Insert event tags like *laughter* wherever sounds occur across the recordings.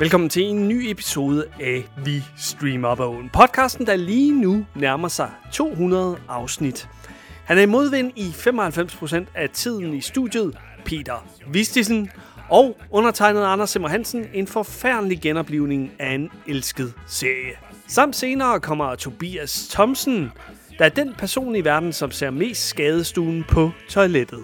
Velkommen til en ny episode af Vi Streamer Op Åen. Podcasten, der lige nu nærmer sig 200 afsnit. Han er i modvind i 95% af tiden i studiet, Peter Vistisen, og undertegnet Anders Simmer Hansen en forfærdelig genoplivning af en elsket serie. Samt senere kommer Tobias Thomsen, der er den person i verden, som ser mest skadestuen på toilettet.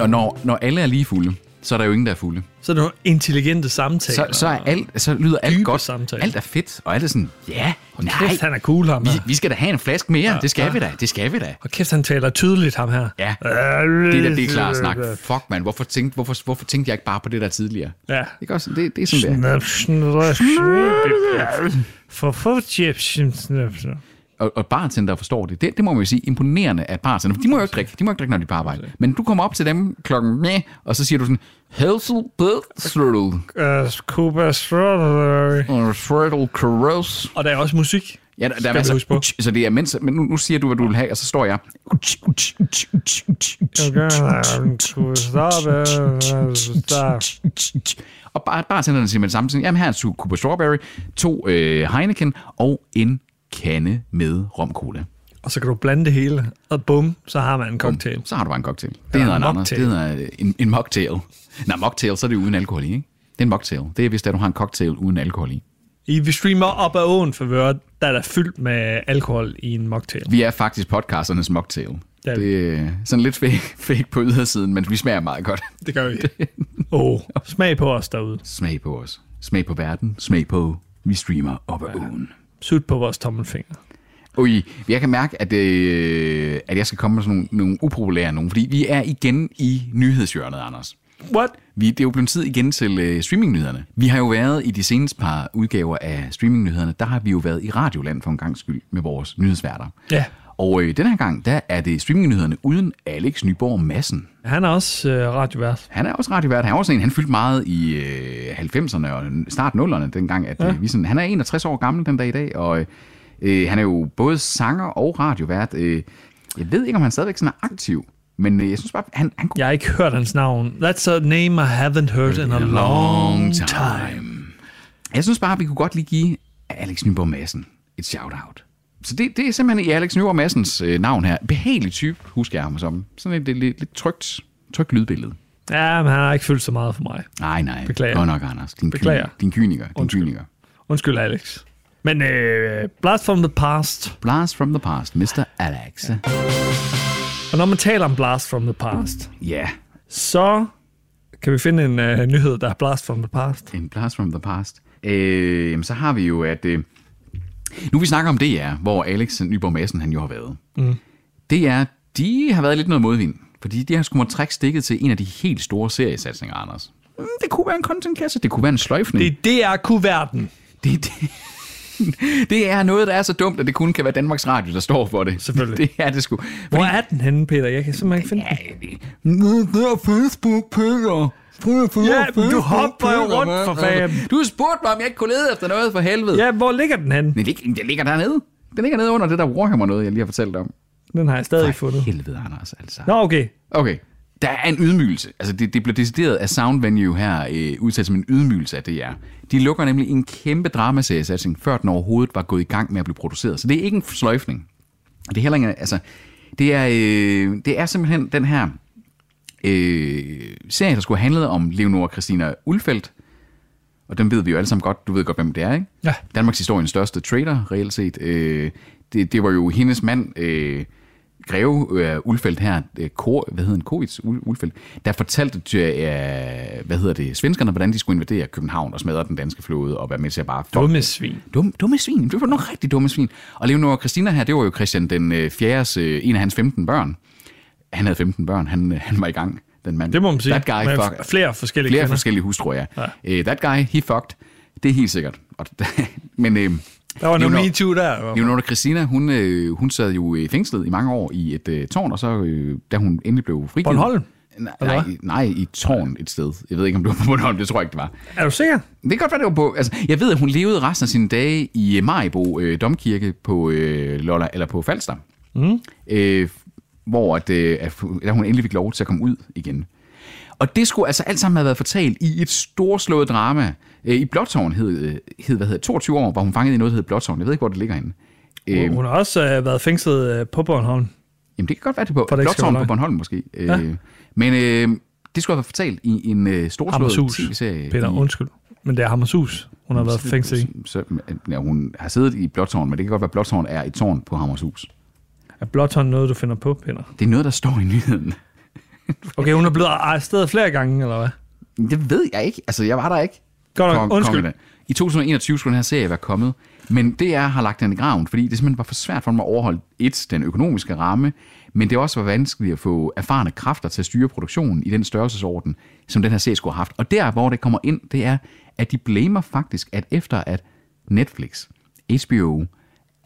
Og når, når alle er lige fulde, så er der jo ingen, der er fulde. Så er det nogle intelligente samtaler. Så, så, er alt, så lyder alt Dybe godt. samtaler. Alt er fedt, og alt er sådan, ja, nej, Kæft, han er Ah, cool, ham vi, her. vi skal da have en flaske mere. Det skal vi da, det skal vi da. Og kæft, han taler tydeligt, ham her. Ja, det er da det er klart snak. Fuck, man, hvorfor tænkte, hvorfor, hvorfor tænkte jeg ikke bare på det der tidligere? Ja. Ikke også? Det, det er sådan, det er. Snap, snap, snap. For få chips, snap, snap, snap. Og, og bartender forstår det. det. Det må man jo sige. Imponerende at bartender. De må jo ikke drikke. De må ikke drikke, når de er på arbejde. Men du kommer op til dem klokken med, og så siger du sådan, Hazel *laughs* uh, Bedstrudel, Øh, Cuba Strawberry. og Stradle Carouse. Og der er også musik. Ja, der, der er vi altså, huske på. Utsch, så det er mens, men nu, nu siger du, hvad du vil have, og så står jeg. Utsch, utsch, utsch, utsch, utsch, utsch, Jeg gør en Cuba Strawberry. utsch. Og bare, bare sender den til med det samme. Sådan, Jamen her er en suge Cooper Strawberry, to øh, Heineken og en kande med romcola. Og så kan du blande det hele, og bum, så har man en cocktail. Så har du bare en cocktail. Det hedder en anden. Det mocktail. hedder øh, en, en mocktail. Nej, mocktail, så er det jo uden alkohol i, ikke? Det er en mocktail. Det er, hvis det er, du har en cocktail uden alkohol i. I vi streamer op ad åen for vøret, der er der fyldt med alkohol i en mocktail. Vi er faktisk podcasternes mocktail. Det er vi. Det er sådan lidt fake, fake på ydersiden, men vi smager meget godt. Det gør vi. Åh, oh, smag på os derude. Smag på os. Smag på verden. Smag på, vi streamer op ad ugen. Sut på vores tommelfinger. Ui, jeg kan mærke, at, øh, at jeg skal komme med sådan nogle, nogle upopulære nogen, fordi vi er igen i nyhedshjørnet, Anders. What? Vi, det er jo blevet tid igen til øh, streamingnyhederne. Vi har jo været i de seneste par udgaver af streamingnyhederne, der har vi jo været i Radioland for en gang skyld med vores nyhedsværter. Ja. Og øh, den her gang, der er det streamingnyhederne uden Alex Nyborg Madsen. Han er også øh, radiovært. Han er også radiovært. Han er også en, han fyldte meget i øh, 90'erne og start 0'erne dengang. At, ja. vi sådan, han er 61 år gammel den dag i dag, og øh, han er jo både sanger og radiovært. Øh, jeg ved ikke, om han stadigvæk sådan er aktiv, men øh, jeg synes bare, han, han kunne... Jeg har ikke hørt hans navn. That's a name I haven't heard in a long time. Jeg synes bare, vi kunne godt lige give Alex Nyborg Madsen et shout-out. Så det, det er simpelthen i Alex Nyborg Madsens øh, navn her. Behagelig type, husker jeg ham som. Sådan et, et, lidt, lidt trygt, trygt lydbillede. Ja, men han har ikke fyldt så meget for mig. Nej, nej. Beklager. Godt nok, Anders. Din, Beklager. Kyniker, din kyniker. Din kyniker. Undskyld, Alex. Men øh, Blast from the Past. Blast from the past, Mr. Alex. Ja. Og når man taler om Blast from the Past, Yeah. så kan vi finde en øh, nyhed, der er Blast from the Past. En blast from the past. Øh, jamen, så har vi jo, at... Øh, nu vi snakker om DR, hvor Alex Nyborg Madsen, han jo har været. Mm. DR, de har været lidt noget modvind. Fordi de har sgu måtte trække stikket til en af de helt store seriesatsninger, Anders. Mm, Det kunne være en contentkasse, det kunne være en sløjfning. Det er DR-kuverten, Det, det, det er noget, der er så dumt, at det kun kan være Danmarks Radio, der står for det. Selvfølgelig. *laughs* Det er det sgu. Hvor er den henne, Peter? Jeg kan simpelthen ikke finde den. Det er Facebook, Peter. Ja, men du hopper jo rundt for fanden. Du spurgte mig, om jeg ikke kunne lede efter noget for helvede. Ja, hvor ligger den henne? Den, ligger, den ligger dernede. Den ligger nede under det der Warhammer noget, jeg lige har fortalt om. Den har jeg stadig ikke fundet. helvede, Anders, altså. Nå, okay. Okay. Der er en ydmygelse. Altså, det, det blev decideret af Sound Venue her øh, udsat som en ydmygelse af DR. De lukker nemlig en kæmpe dramaseriesatsning, før den overhovedet var gået i gang med at blive produceret. Så det er ikke en sløjfning. Det er heller ikke... Altså, det er, øh, det er simpelthen den her øh, serie, der skulle have handlet om Leonora Christina Ulfeldt. Og den ved vi jo alle sammen godt. Du ved godt, hvem det er, ikke? Ja. Danmarks historiens største trader, reelt set. Øh, det, det var jo hendes mand, øh, Greve øh, Ulfeldt her, øh, Kor, hvad hedder han, Kovits Ul- Ulfeldt, der fortalte til, øh, hvad hedder det, svenskerne, hvordan de skulle invadere København og smadre den danske flåde og være med til at bare... Dumme svin. Dum, dumme svin. Det var nogle rigtig dumme svin. Og Leonora Christina her, det var jo Christian den øh, 4. Øh, en af hans 15 børn. Han havde 15 børn. Han, øh, han var i gang, den mand. Det må man sige. That guy, Med fuck, f- flere forskellige flere kvinder. forskellige hustruer, ja. ja. Uh, that guy, he fucked. Det er helt sikkert. Og, *laughs* men øh, Der var noget Leonor- MeToo der. i hvert fald. Leonora Christina, hun, øh, hun sad jo i fængslet i mange år i et øh, tårn, og så øh, da hun endelig blev frigivet... Bornholm? Nej, Eller nej, hvad? nej, i et tårn et sted. Jeg ved ikke, om det var på Bornholm, det tror jeg ikke, det var. Er du sikker? Det kan godt være, det var på... Altså, jeg ved, at hun levede resten af sine dage i øh, Maribo øh, Domkirke på øh, Lolland, eller på Falster. Mm. Øh, hvor at, øh, at, da hun endelig fik lov til at komme ud igen. Og det skulle altså alt sammen have været fortalt i et storslået drama. Øh, I Blåtårn hed, øh, hed, hvad hedder, 22 år, hvor hun fanget i noget, der hed Blåtårn. Jeg ved ikke, hvor det ligger henne. Hun- Hun har også øh, været fængslet øh, på Bornholm. Jamen, det kan godt være, det er på For det ikke skal Blåtårn være på løgn. Bornholm måske. Ja. Øh, men øh, det skulle have været fortalt i en øh, storslået Hammershus, tv-serie. Peter, i- undskyld. Men det er Hammershus, hun har været fængslet i. Så, ja, hun har siddet i Blåtårn, men det kan godt være, at Blåtårn er et tårn på Hammershus. Er Blåtårn noget, du finder på, Peter? Det er noget, der står i nyheden. Okay, hun er blevet arresteret flere gange, eller hvad? Det ved jeg ikke. Altså, jeg var der ikke. Godt nok, Kong- undskyld. kongeland. I 2021 skulle den her serie være kommet, men DR har lagt den i graven, fordi det simpelthen var for svært for dem at overholde et, den økonomiske ramme, men det også var vanskeligt at få erfarne kræfter til at styre produktionen i den størrelsesorden, som den her serie skulle have haft. Og der, hvor det kommer ind, det er, at de blamer faktisk, at efter at Netflix, HBO,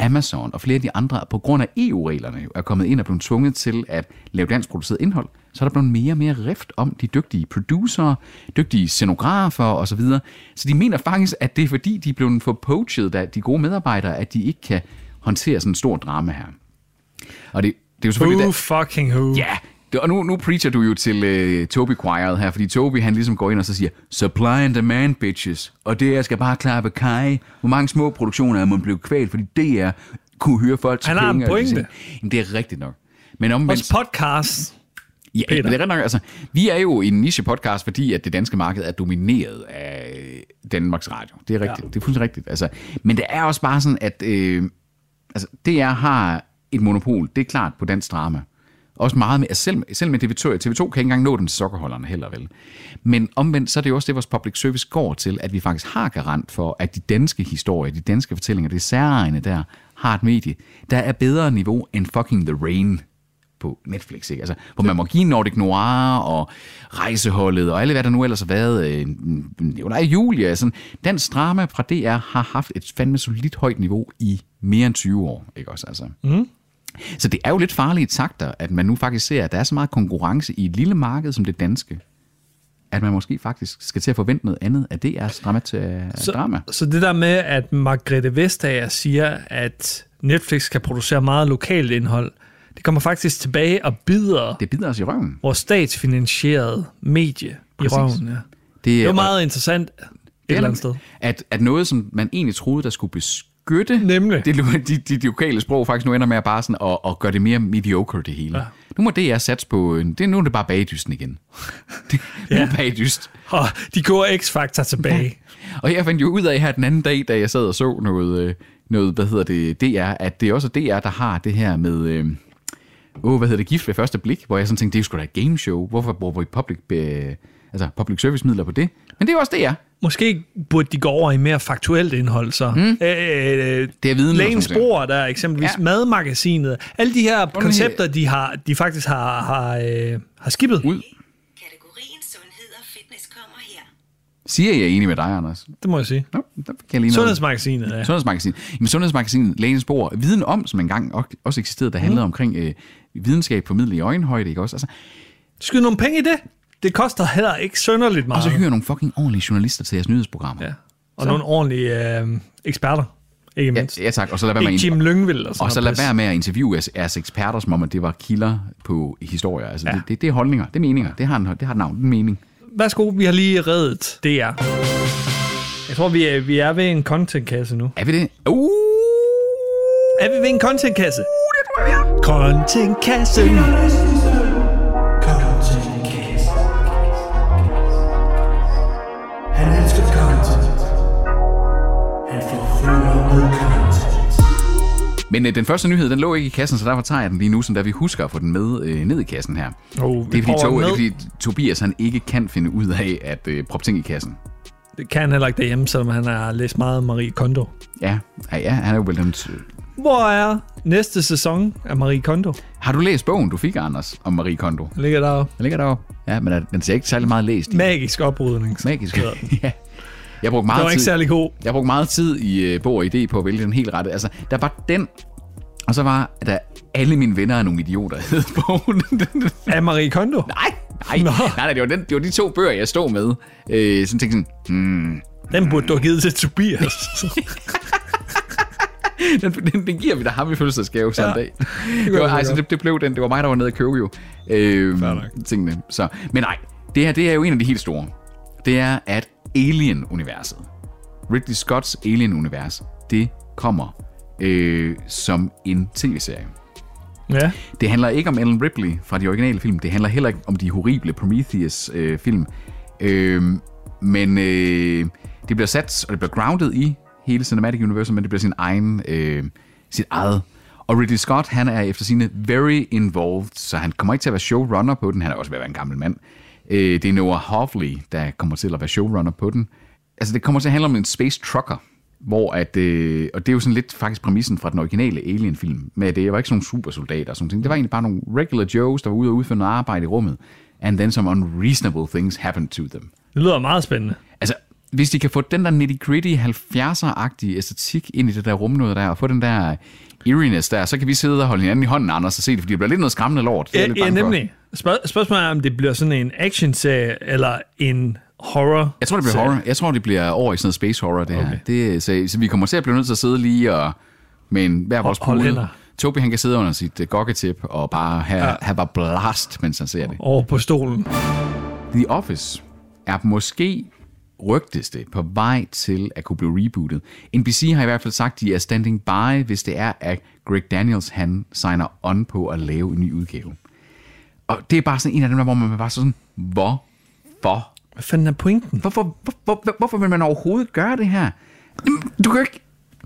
Amazon og flere af de andre, på grund af EU-reglerne, jo er kommet ind og blevet tvunget til at lave dansk produceret indhold, så er der blevet mere og mere rift om de dygtige producer, dygtige scenografer osv. Så de mener faktisk, at det er fordi, de er blevet for poached af de gode medarbejdere, at de ikke kan håndtere sådan en stor drama her. Og det, det er jo selvfølgelig... Who fucking who? Ja, det- og nu, nu preacher du jo til øh, Toby Choiret her, fordi Toby han ligesom går ind og så siger, supply and demand bitches, og det jeg skal bare klare ved Kai. Hvor mange små produktioner er man blevet kvalt, fordi det er kunne høre folk til Han har en penge. og det pointe. sådan. Jamen, det er rigtigt nok. Men omvendt, Vores podcast. ja, men Peter. det er rigtigt nok, altså, vi er jo i en niche podcast, fordi at det danske marked er domineret af Danmarks Radio. Det er rigtigt, ja. det er fuldstændig rigtigt. Altså, men det er også bare sådan, at øh, altså, DR har et monopol, det er klart, på dansk drama. Også meget med, altså selv, selv med TV2, TV2 kan ikke engang nå den til sokkerholderne heller vel. Men omvendt, så er det jo også det, vores public service går til, at vi faktisk har garant for, at de danske historier, de danske fortællinger, det særegne der, har et medie, der er bedre niveau end fucking The Rain på Netflix, ikke? Altså, hvor man må give Nordic Noir og Rejseholdet og alle, hvad der nu ellers har været. Øh, jo, der er Julia. Sådan. Dansk drama fra DR har haft et fandme solidt højt niveau i mere end 20 år, ikke også? Altså. Mhm. Mm. Så det er jo lidt farlige takter, at man nu faktisk ser, at der er så meget konkurrence i et lille marked som det danske, at man måske faktisk skal til at forvente noget andet af DR's dramat- så, drama. Så det der med, at Margrethe Vestager siger, at Netflix kan producere meget lokalt indhold, det kommer faktisk tilbage og bider Det bider os i røven. vores statsfinansierede medie Præcis. i røven. Ja. Det er jo og- meget interessant et eller andet sted. nemlig, At, at noget, som man egentlig troede, der skulle beskytte Nemlig. Det, lo- de, de, de lokale sprog, faktisk nu ender med at bare sådan at, at gøre det mere mediocre, det hele. Ja. Nu må DR satse på, en- det, nu er det bare bagdysten igen. *laughs* Det, ja. Nu er bagdyst. Og de går X-Factor tilbage. Og jeg fandt jo ud af her den anden dag, da jeg sad og så noget, øh, noget hvad hedder det, DR, at det er også DR, der har det her med, øh, åh, hvad hedder det, gift ved første blik, hvor jeg sådan tænkte, det er jo sgu da et gameshow, hvorfor bruger vi public, øh, altså public service midler på det? Men det er jo også DR. Måske burde de gå over i mere faktuelt indhold, så. Mm. Øh, Det er viden, eller Lægens sådan noget. Bror, der er eksempelvis Ja. ja. madmagasinet. Alle de her her- koncepter, de, har, de faktisk har, har, øh, har skippet. Ud. Kategorien sundhed og fitness kommer her. Siger jeg er enig med dig, Anders? Det må jeg sige. Nå, der kan jeg lige noget. Sundhedsmagasinet, ja. Sundhedsmagasinet. Jamen, Sundhedsmagasinet, lægens spor, viden om, som engang og- også eksisterede, Mhm. der handlede mm. omkring øh, videnskab formidlet i øjenhøjde, ikke også? Altså, Skyd nogle penge i det. Det koster heller ikke sønderligt og meget. så hyrer nogle fucking ordentlige journalister til jeres nyhedsprogrammer. Ah. ja. og nogle ordentlige øh, eksperter, ikke mindst. Ja, ja tak, og så lad være med at ikke ind- Jim Lyngvild og sådan og så noget lad pis. være med at interviewe jeres, jeres eksperter, som om at det var kilder på historier. Altså, ja. det, det, det, er holdninger, det er meninger, det har, en, det har et navn, det er en mening. Værsgo, vi har lige reddet DR. Jeg tror, vi er, vi er ved en contentkasse nu. Er vi det? Uh! Er vi ved en contentkasse? Contentkassen. Contentcast. Han elsker content. Han forfører med content. Men øh, den første nyhed, den lå ikke i kassen, så derfor tager jeg den lige nu, som da vi husker at få den med øh, ned i kassen her. Oh, Det er, fordi to, det er over med. fordi Tobias han ikke kan finde ud af at øh, proppe ting i kassen. Det kan han heller ikke derhjemme, selvom han har læst meget Marie Kondo. Ja, ja, ja han er jo vel den... t- Hvor er næste sæson af Marie Kondo? Har du læst bogen, du fik, Anders, om Marie Kondo? Den ligger der Den ligger deroppe. Ja, men er- den ser ikke særlig meget læst i. magisk oprydning. Magisk. Det *laughs* ja. Jeg brugte meget var ikke tid. særlig god. Jeg brugte meget tid i øh, Bog og Idé på at vælge den helt rette. Altså, der var den, og så var der alle mine venner er nogle idioter, hed bogen. *laughs* Af Marie Kondo? nej, nej, Nå. nej, nej, det var, den, det var de to bøger, jeg stod med. Øh, sådan tænkte sådan, Den burde du have givet til Tobias. *laughs* "Hmm, den, den, den giver vi da ham i fødselsdagsgave sådan en Ja. *laughs* dag. Det, var, jeg godt altså, det, det blev den. Det var mig, der var nede at købe jo øh, tingene. Så, men nej, Det her, det er jo en af de helt store. Det er, at Alien-universet, Ridley Scotts Alien-univers, det kommer øh, som en tv-serie. Ja. Det handler ikke om Ellen Ripley fra de originale film. Det handler heller ikke om de horrible Prometheus-film. Øh, film. øh, men øh, det bliver sat, og det bliver grounded i hele Cinematic Universe, men det bliver sin egen, øh, sit eget. Og Ridley Scott, han er efter sine very involved, så han kommer ikke til at være showrunner på den. Han er også ved at være en gammel mand. Øh, det er Noah Hawley, der kommer til at være showrunner på den. Altså, det kommer til at handle om en space trucker, hvor at, øh, og det er jo sådan lidt faktisk præmissen fra den originale Alien-film, med at det var ikke sådan nogle supersoldater og sådan ting. Det var egentlig bare nogle regular Joes, der var ude og udføre noget arbejde i rummet. And then some unreasonable things happened to them. Det lyder meget spændende. Altså, hvis de kan få den der nitty-gritty 70'er-agtige æstetik ind i det der rumnød der, og få den der øh, eeriness der, så kan vi sidde og holde hinanden i hånden, Anders, og se det, fordi det bliver lidt noget skræmmende lort. Det er jeg Ja, lidt ja bange for. nemlig. Spørg- spørgsmålet er, om det bliver sådan en actionserie, eller en horror. Jeg tror, det bliver horror. Jeg tror, det bliver over i sådan noget space horror, det okay. her. Det, så, så vi kommer til at blive nødt til at sidde lige og med en hver vores hold hænder. pude. Tobi, han kan sidde under sit uh, gokketip og bare have, ja. have bare blast, mens han ser det. Over på stolen. The Office er måske rygtes det på vej til at kunne blive rebootet. NBC har i hvert fald sagt, de er standing by, hvis det er, at Greg Daniels han signer on på at lave en ny udgave. Og det er bare sådan en af dem, der, hvor man bare sådan, hvorfor Hvad fanden er pointen? Hvorfor, hvor, hvor, hvorfor vil man overhovedet gøre det her? Jamen, Du kan jo ikke...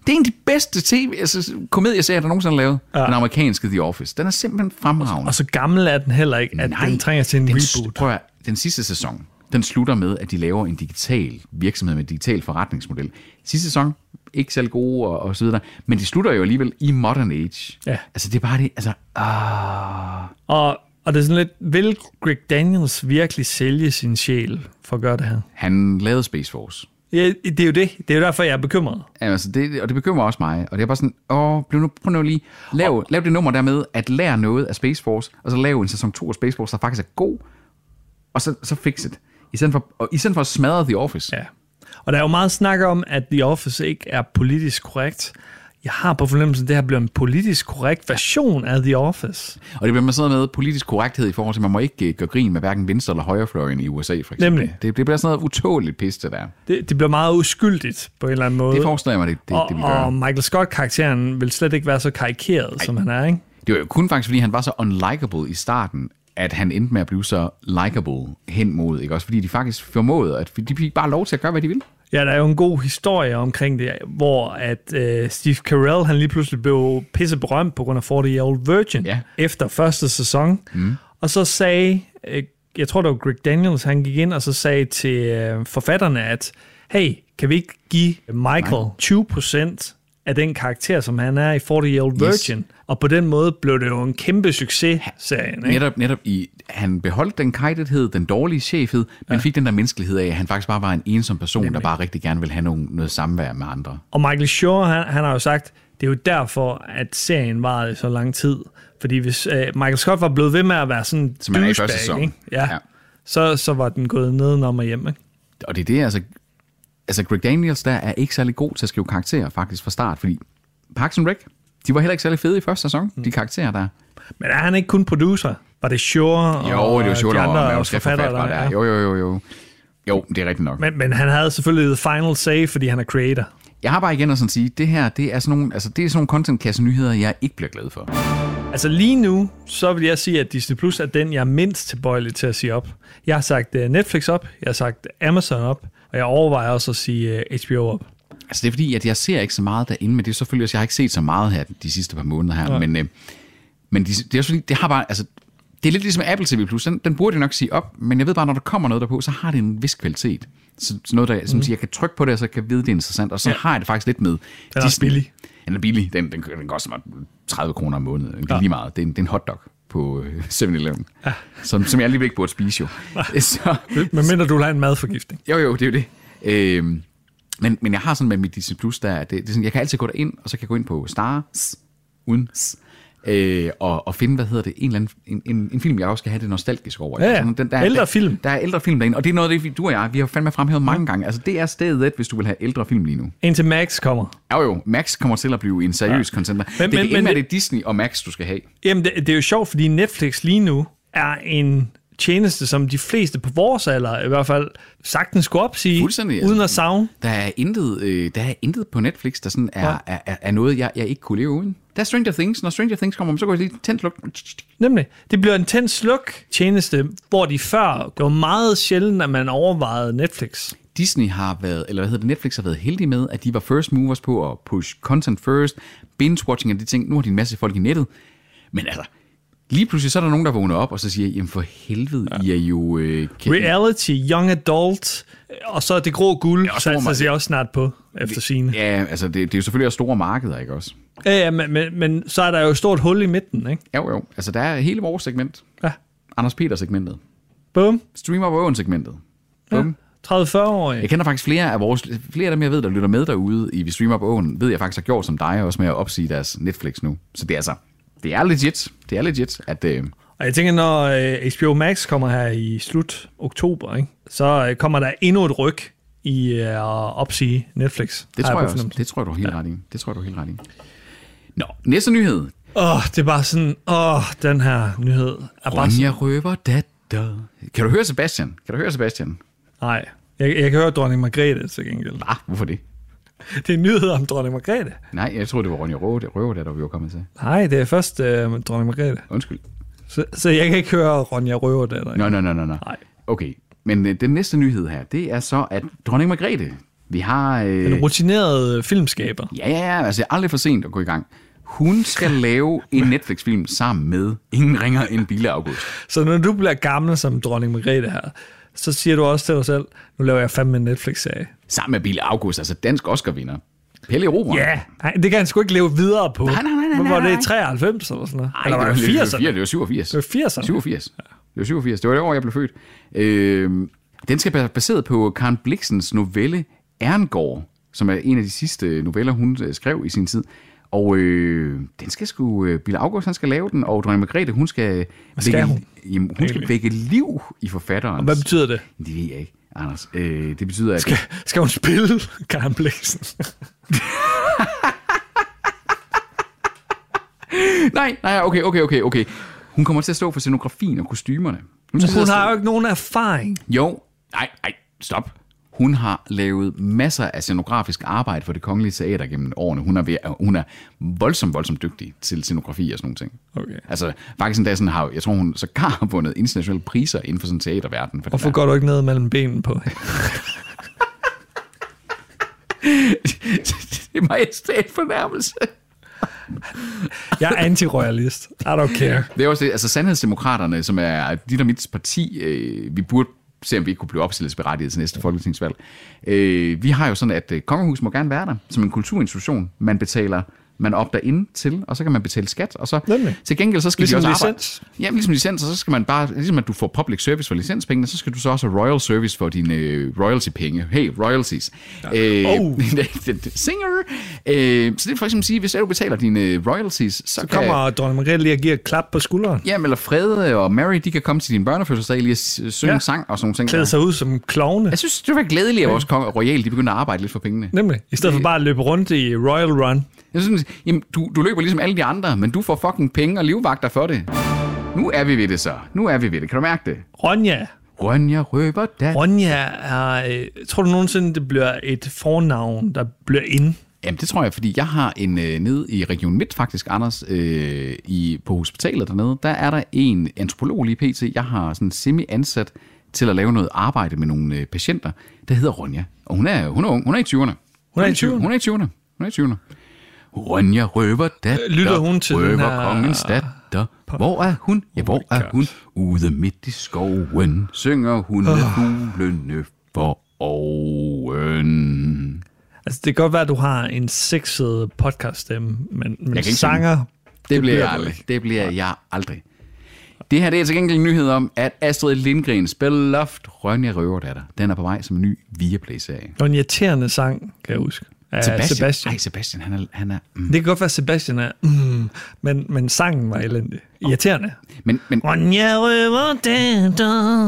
Det er en af de bedste tv, altså, komedieserier, der nogensinde er lavet. Ja. Den amerikanske The Office. Den er simpelthen fremragende. Og så gammel er den heller ikke, at Nej, den trænger til en den, reboot. Prøv at, høre, den sidste sæson, den slutter med, at de laver en digital virksomhed med en digital forretningsmodel. Sidste sæson, ikke særlig gode og, og så videre, men de slutter jo alligevel i Modern Age. Ja. Altså, det er bare det, altså, ah, Og, og det er sådan lidt, vil Greg Daniels virkelig sælge sin sjæl for at gøre det her? han lavede Space Force. Ja, det er jo det. Det er jo derfor, jeg er bekymret. Jamen, Altså det, og det bekymrer også mig. Og det er bare sådan, åh, bliv nu, prøv nu lige, lav, oh. lav det nummer der med, at lære noget af Space Force, og så lav en sæson 2 af Space Force, der faktisk er god, og så, så fix it. I stedet for, og i stedet for at smadre The Office. Ja. Og der er jo meget snak om, at The Office ikke er politisk korrekt. Jeg har på fornemmelsen, at det her bliver en politisk korrekt version af The Office. Og det bliver man sådan noget med politisk korrekthed i forhold til, at man må ikke øh, gøre grin med hverken venstre eller højrefløjen i USA, for eksempel. Nemlig. Det, det bliver sådan noget utåligt piste der. Det, det bliver meget uskyldigt på en eller anden måde. Det forestiller jeg mig, det, det, og, det vil gøre. og Michael Scott-karakteren vil slet ikke være så karikeret, som han er, ikke? Det var jo kun faktisk, fordi han var så unlikable i starten, at han endte med at blive så likable hen mod, ikke også? Fordi de faktisk formåede, at de fik bare lov til at gøre, hvad de ville. Ja, der er jo en god historie omkring det, hvor at øh, Steve Carell, han lige pludselig blev pisseberømt på grund af 40 Year Old Virgin Ja. efter første sæson. Mm. Og så sagde, øh, jeg tror det var Greg Daniels, han gik ind og så sagde til øh, forfatterne, at hey, kan vi ikke give Michael 20% af den karakter, som han er i 40 Year Old Yes. Virgin? Og på den måde blev det jo en kæmpe succes, serien. Ikke? Netop, netop i, han beholdt den kajtethed, den dårlige chefhed, men fik den der menneskelighed af, at han faktisk bare var en ensom person, Nemlig. der bare rigtig gerne ville have nogen, noget samvær med andre. Og Michael Schur, han, han har jo sagt, det er jo derfor, at serien varede i så lang tid. Fordi hvis øh, Michael Scott var blevet ved med at være sådan en Som han er i første douchebag, sæson. ikke? Ja, Ja. ja. Så, så var den gået nedenom og hjem. Ikke? Og det er det, altså... Altså, Greg Daniels der er ikke særlig god til at skrive karakterer faktisk fra start, fordi Parks and Rec, de var heller ikke særlig fede i første sæson, mm. de karakterer der. Men er han ikke kun producer? Var det Schur Jo, og det var sjovt, de at andre man også skal forfatter forfattere, der. der? Jo, jo, jo, jo. Jo, det er rigtigt nok. Men, men han havde selvfølgelig the final say, fordi han er creator. Jeg har bare igen at sådan sige, det her, det er sådan nogle, altså, det er sådan nogle contentkasse nyheder, jeg ikke bliver glad for. Altså lige nu, så vil jeg sige, at Disney Plus er den, jeg er mindst tilbøjelig til at sige op. Jeg har sagt øh, Netflix op, jeg har sagt Amazon op, og jeg overvejer også at sige øh, HBO op. Altså det er fordi, at jeg ser ikke så meget derinde, men det er selvfølgelig også, jeg har ikke set så meget her de sidste par måneder her, men, øh, men de, det er også fordi, det har bare, altså, det er lidt ligesom Apple TV+, Plus. Den, den burde jeg nok sige op, men jeg ved bare, når der kommer noget derpå, så har det en vis kvalitet. Så, så noget, der, som mm. siger, jeg kan trykke på det, og så kan jeg vide, det er interessant, og så ja. har jeg det faktisk lidt med. Den er også billig. Den er billig, den, den, den koster mig 30 kroner om måneden, det er ja. lige meget. Det er, en, det er en hotdog på øh, *laughs* 7-Eleven, ja. som, som jeg alligevel ikke burde spise jo. *laughs* så, Men mindre du vil have en madforgiftning. jo, jo, det er jo det. Øhm, men, men jeg har sådan med mit Disney Plus, der, er- det, det er sådan, jeg kan altid gå derind, og så kan jeg gå ind på Stars, uden s, øh, og, og finde, hvad hedder det, en, eller anden, en, en, en film, jeg også skal have det nostalgisk over. Ja, ja. Sådan Ældre film. Der, der er ældre film derinde, og det er noget af det, vi- du og jeg, vi har fandme fremhævet mange gange. Altså, det er stedet, hvis du vil have ældre film lige nu. Indtil Max kommer. Jo jo, Max kommer til at blive en seriøs ja. contender. Men, det kan men- men, ende men med, at det- det er Disney og Max, du skal have. Jamen, det, det er jo sjovt, fordi Netflix lige nu er en tjeneste, som de fleste på vores alder i hvert fald sagtens skulle opsige, Fuldstændig, uden altså. at savne. Der er intet, øh, der er intet på Netflix, der sådan er, ja. er, er, er noget, jeg, jeg ikke kunne leve uden. Der er Stranger Things. Når Stranger Things kommer, så går jeg lige tændt luk. Nemlig, det bliver en tændt sluk tjeneste, hvor de før, det var meget sjældent, at man overvejede Netflix. Disney har været, eller hvad hedder det, Netflix har været heldig med, at de var first movers på at push content first, binge-watching og de ting. Nu har de en masse folk i nettet. Men altså, lige pludselig så er der nogen, der vågner op og så siger, jamen for helvede, ja. I er jo... Øh, kan- Reality, young adult, øh, og så det grå guld, og ja, så må så man- altså, jeg også snart på efter sine. Ja, Ja, altså det, det er jo selvfølgelig også store markeder, ikke også? ja, ja men, men, men, så er der jo et stort hul i midten, ikke? Jo, jo. Altså der er hele vores segment. Ja. Anders Peter-segmentet. Bum, Streamer Vågen-segmentet. Bum. 30-40-årige. Jeg kender faktisk flere af vores, flere af dem, jeg ved, der lytter med derude i Vi Streamer på Åen, ved jeg faktisk har gjort som dig, også med at opsige deres Netflix nu. Så det er altså, det er legit, det er legit, at øh, Og jeg tænker, når øh, HBO Max kommer her i slut oktober, ikke? så øh, kommer der endnu et ryg i øh, at opsige Netflix. det, har tror jeg på også, fornemmelsen. det tror jeg, du har helt ret i. Det tror jeg, du har helt ret i. Nå, næste nyhed. Åh, oh, det er bare sådan, åh, oh, den her nyhed er bare Ronja sådan, røver datter. Kan du høre Sebastian? Kan du høre Sebastian? Nej, jeg, jeg kan høre dronning Margrethe til gengæld. Ah, hvorfor det? Det er nyheder om dronning Margrethe. Nej, jeg tror det var Ronja Røver- røverdatter, vi var kommet til. Nej, det er først øh, dronning Margrethe. Undskyld. Så, så jeg kan ikke høre Ronja Røver der. Nå, nå, nå, nå, nå. Nej. Okay, men øh, den næste nyhed her, det er så, at dronning Margrethe, vi har... Øh, En rutineret øh, filmskaber. Ja, ja, ja. Altså, det er aldrig for sent at gå i gang. Hun *laughs* skal lave en Netflix-film sammen med Ingen ringer end Bille August. Så når du bliver gammel som dronning Margrethe her, så siger du også til dig selv, nu laver jeg fandme en Netflix-serie. Sammen med Bille August, altså dansk Oscar-vinder. Pelle Erobreren. Ja, nej, det kan han sgu ikke leve videre på. nej, nej, nej, Hvor var nej. det i 93 eller sådan noget? Ej, eller var det det, var, 80'erne? det var 87. Det var 80'erne. 87. Det var 87. Det var det år, jeg blev født. Øh, den skal være baseret på Karen Bliksens novelle Erngård, som er en af de sidste noveller, hun øh, skrev i sin tid. Og øh, den skal sgu... Øh, Bille August, han skal lave den, og dronning Margrethe, hun skal... skal hun? Jamen, hun skal vække liv i forfatterens... Hvad betyder det? Det ved jeg ikke, Anders. Øh, det betyder, at... Skal, skal hun spille *laughs* Karen Blæksen? Nej, nej, okay, okay, okay, okay. Hun kommer til at stå for scenografien og kostymerne. Hun, Hun sidde og har jo ikke nogen erfaring. stå- Jo, nej, nej, stop. Hun har lavet masser af scenografisk arbejde for det kongelige teater gennem årene. Hun er, ved, øh, hun er voldsomt, voldsomt dygtig til scenografi og sådan nogle ting. Okay. Altså, faktisk endda sådan har, jeg tror, hun sågar har vundet internationale priser inden for sådan teaterverden. For Hvorfor går du ikke ned mellem benene på? *laughs* det er majestæt fornærmelse. Jeg er antiroyalist. I don't care. Det er også det, altså Sandhedsdemokraterne, som er dit og mit parti, øh, vi burde se, om vi ikke kunne blive opstillingsberettiget til næste folketingsvalg. Øh, vi har jo sådan, at øh, kongehus må gerne være der, som en kulturinstitution. Man betaler, man opter ind til, og så kan man betale skat, og så Nemlig. til gengæld, så skal Ligesom de også arbejde. licens. Jamen, ligesom licens, og så skal man bare, ligesom at du får public service for licenspengene, så skal du så også have royal service for dine øh, royalty-penge. Hey, royalties. Øh, Oh. *laughs* Singer. Øh, så det vil for eksempel sige, hvis du betaler dine øh, royalties, så, Så kommer dronning Margrethe lige og giver et klap på skulderen. Jamen, eller Frede og Mary, de kan komme til din børnefødselsdag lige og s- synge ja. Ja. Altså, sang og sådan nogle ting. Klæder sig ud som klovne. Jeg synes, det var glædeligt, at vores konge og royal, de begynder at arbejde lidt for pengene. Nemlig. I stedet for bare at løbe rundt i Royal Run. Jeg synes, jamen, du, du løber ligesom alle de andre, men du får fucking penge og livvagter for det. Nu er vi ved det så. Nu er vi ved det. Kan du mærke det? Ronja. Ronja røber da. Ronja er... Øh, tror du nogensinde, det bliver et fornavn, der bliver ind? Jamen, det tror jeg, fordi jeg har en øh, nede i Region Midt faktisk, Anders, øh, i, på hospitalet dernede, der er der en antropolog lige pt. Jeg har sådan semi-ansat til at lave noget arbejde med nogle øh, patienter, der hedder Ronja. Og hun er, hun er ung. Hun er i 20'erne. Hun er i 20'erne. Hun er i 20'erne. Hun er i 20'erne. Ronja røver datter, Øh, lytter hun til den røver her- Oh kongens datter. Hvor er hun? Ja, hvor er hun? Ude midt i skoven synger hun med fuglene for oven. Altså, det kan godt være, at du har en sexet podcaststemme, men, men ikke synge. sanger... Det bliver jeg du aldrig. ikke. Det bliver jeg aldrig. Det her det er til gengæld en nyhed om, at Astrid Lindgrens Beloved Rønja Røverdatter, den er på vej som en ny Viaplay-serie. Det var en irriterende sang, kan jeg huske. Af Sebastian. Sebastian. Sebastian. Ej, Sebastian, han er... Han er mm. Det kan godt være, at Sebastian er... Mm, men, men sangen var elendig. Irriterende. Men, men Ronja røver den der.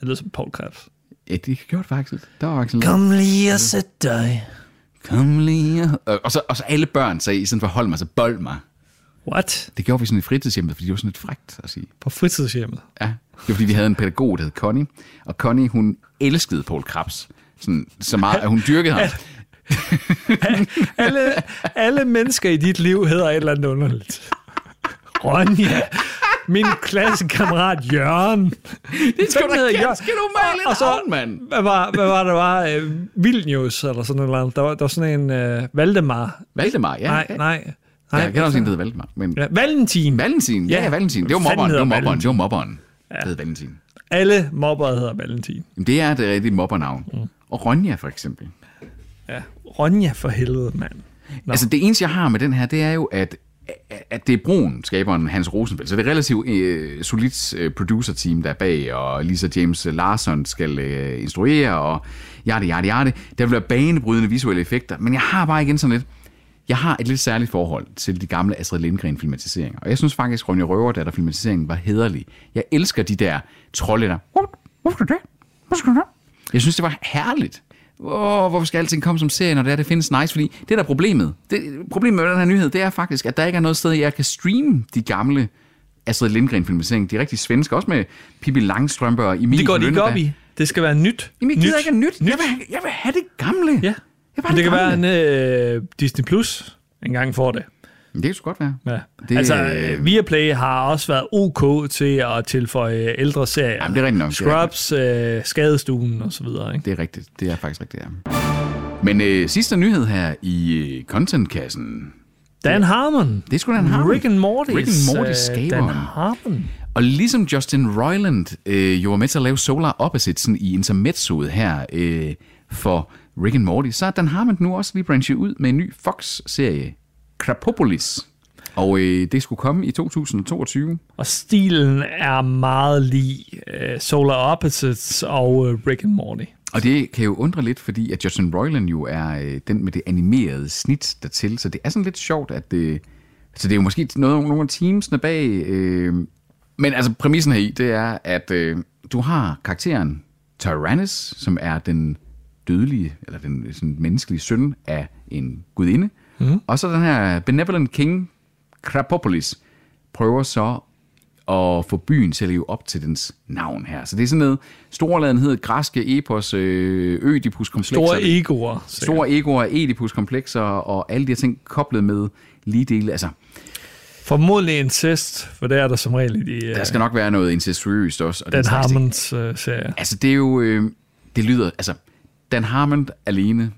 Det lyder som Paul Krebs. ja, det gjorde det faktisk. Der var faktisk Kom lige og sæt dig. Kom lige. Og, og, så, og så alle børn sagde, i stedet for hold mig, så bold mig. What? Det gjorde vi sådan i fritidshjemmet, fordi det var sådan lidt frægt at sige. På fritidshjemmet? Ja, det var fordi, vi havde en pædagog, der hed Connie, og Connie, hun elskede Paul Krabs. Sådan, så meget, at hun dyrkede ham. Alle, alle mennesker i dit liv hedder et eller andet underligt. Ronja. Min klassekammerat Jørgen. Det Hvem hedder Jørgen? normalt Og så- Hvad var, hvad var det var? Øh, Vilnius eller sådan noget. Der var, der var sådan en øh, Valdemar. Valdemar, ja. Nej, Ja, nej. nej. altså- jeg kender også en, der hedder Valdemar. Men Ja, Valentin. Valentin, ja, Ja, ja Valentin. Det var hvad fanden mobberen, det var hedder mobberen, det var mobberen. Ja. Det hed Valentin. Alle mobber hedder Valentin. Jamen, det er det rigtige mobbernavn. Mm. Og Ronja, for eksempel. Ja. Ronja for helvede, mand. Nå. Altså, det eneste, jeg har med den her, det er jo, at at det er Brun, skaberen Hans Rosenfeldt. Så det er relativt øh, solidt øh, producer-team, der er bag, og Lisa James Larson skal øh, instruere, og jarte, jarte, jarte. Der vil være banebrydende visuelle effekter, men jeg har bare igen sådan lidt, jeg har et lidt særligt forhold til de gamle Astrid Lindgren-filmatiseringer, og jeg synes faktisk, at Ronja Røverdatter filmatiseringen var hederlig. Jeg elsker de der trolde der. "Hvor- Hvorfor skal du det? Hvorfor skal du det? Jeg synes, det var herligt. Åh, hvorfor skal alting komme som serie, når det er, det findes nice? Fordi det der er problemet. Det, problemet med den her nyhed, det er faktisk, at der ikke er noget sted, jeg kan streame de gamle Astrid Lindgren-filmatisering. De er rigtig svenske, også med Pippi Langstrømpe og Emil Det går de ikke Lønneberg. op i. Det skal være nyt. Jamen, jeg gider nyt. ikke have nyt. nyt. Jeg, vil, have- jeg vil have det gamle. Ja. Jeg vil Men have det det, kan være, gamle. at øh, Disney Plus engang får det. Men Det kan sgu godt være. Ja. Det, Det, altså, øh, øh, Viaplay har også været ok til at tilføje ældre serier. Jamen, det er rigtigt nok. Det er Scrubs, øh, Skadestuen og så videre. Ikke? Det er rigtigt. Det er faktisk rigtigt, ja. Men øh, sidste nyhed her i øh, contentkassen. Dan Harmon. Det er sgu da en harm. Rick and Morty. øh, Rick and Morty skaberen. Dan Harmon. Og ligesom Justin Roiland øh, jo var med til at lave Solar Opposites sådan i intermezzoet her øh, for Rick and Morty, så er Dan Harmon nu også lige branchet ud med en ny Fox-serie, Krapopolis. Og øh, det skulle komme i 2022. Og stilen er meget lig øh, Solar Opposites og øh, Rick and Morty. Og det kan jo undre lidt, fordi at Justin Roiland jo er øh, den med det animerede snit dertil, så det er sådan lidt sjovt, at det... Så det er jo måske noget, nogle af teamsene bag... Øh, men altså, præmissen her i, det er, at øh, du har karakteren Tyrannus, som er den dødelige, eller den sådan, menneskelige søn af en gudinde, mm. og så den her benevolent king, Krapopolis, prøver så at få byen til at leve op til dens navn her. Så det er sådan noget storladenhed, græske epos, øh, ødipuskomplekser. Store egoer. sikkert. Store egoer, edipuskomplekser og alle de her ting koblet med lige dele. Altså, Formodentlig incest, for det er der som regel i de, øh, der skal nok være noget incestuøst også. Og den Dan slags ting. Harmons øh, serier. Altså, det er jo... Øh, det lyder... Altså, Dan Harmon alene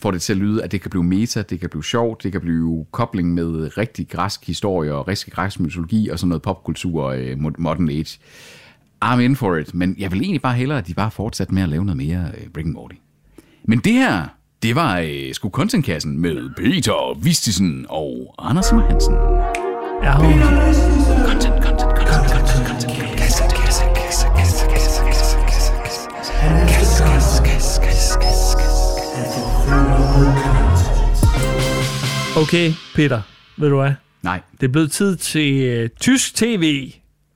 får det til at lyde, at det kan blive meta, det kan blive sjovt, det kan blive kobling med rigtig græsk historie og rigtig græsk mytologi og sådan noget popkultur og øh, mod- modern age. I'm in for it, men jeg vil egentlig bare hellere, at de bare fortsatte med at lave noget mere øh, Rick and Morty. Men det her, det var øh, sgu contentkassen med Peter Vistisen og Anders Simmer Hansen. Ja, hun- Content, content, content, content, content. Okay, Peter, ved du hvad? Nej, Det er blevet tid til øh, tysk tv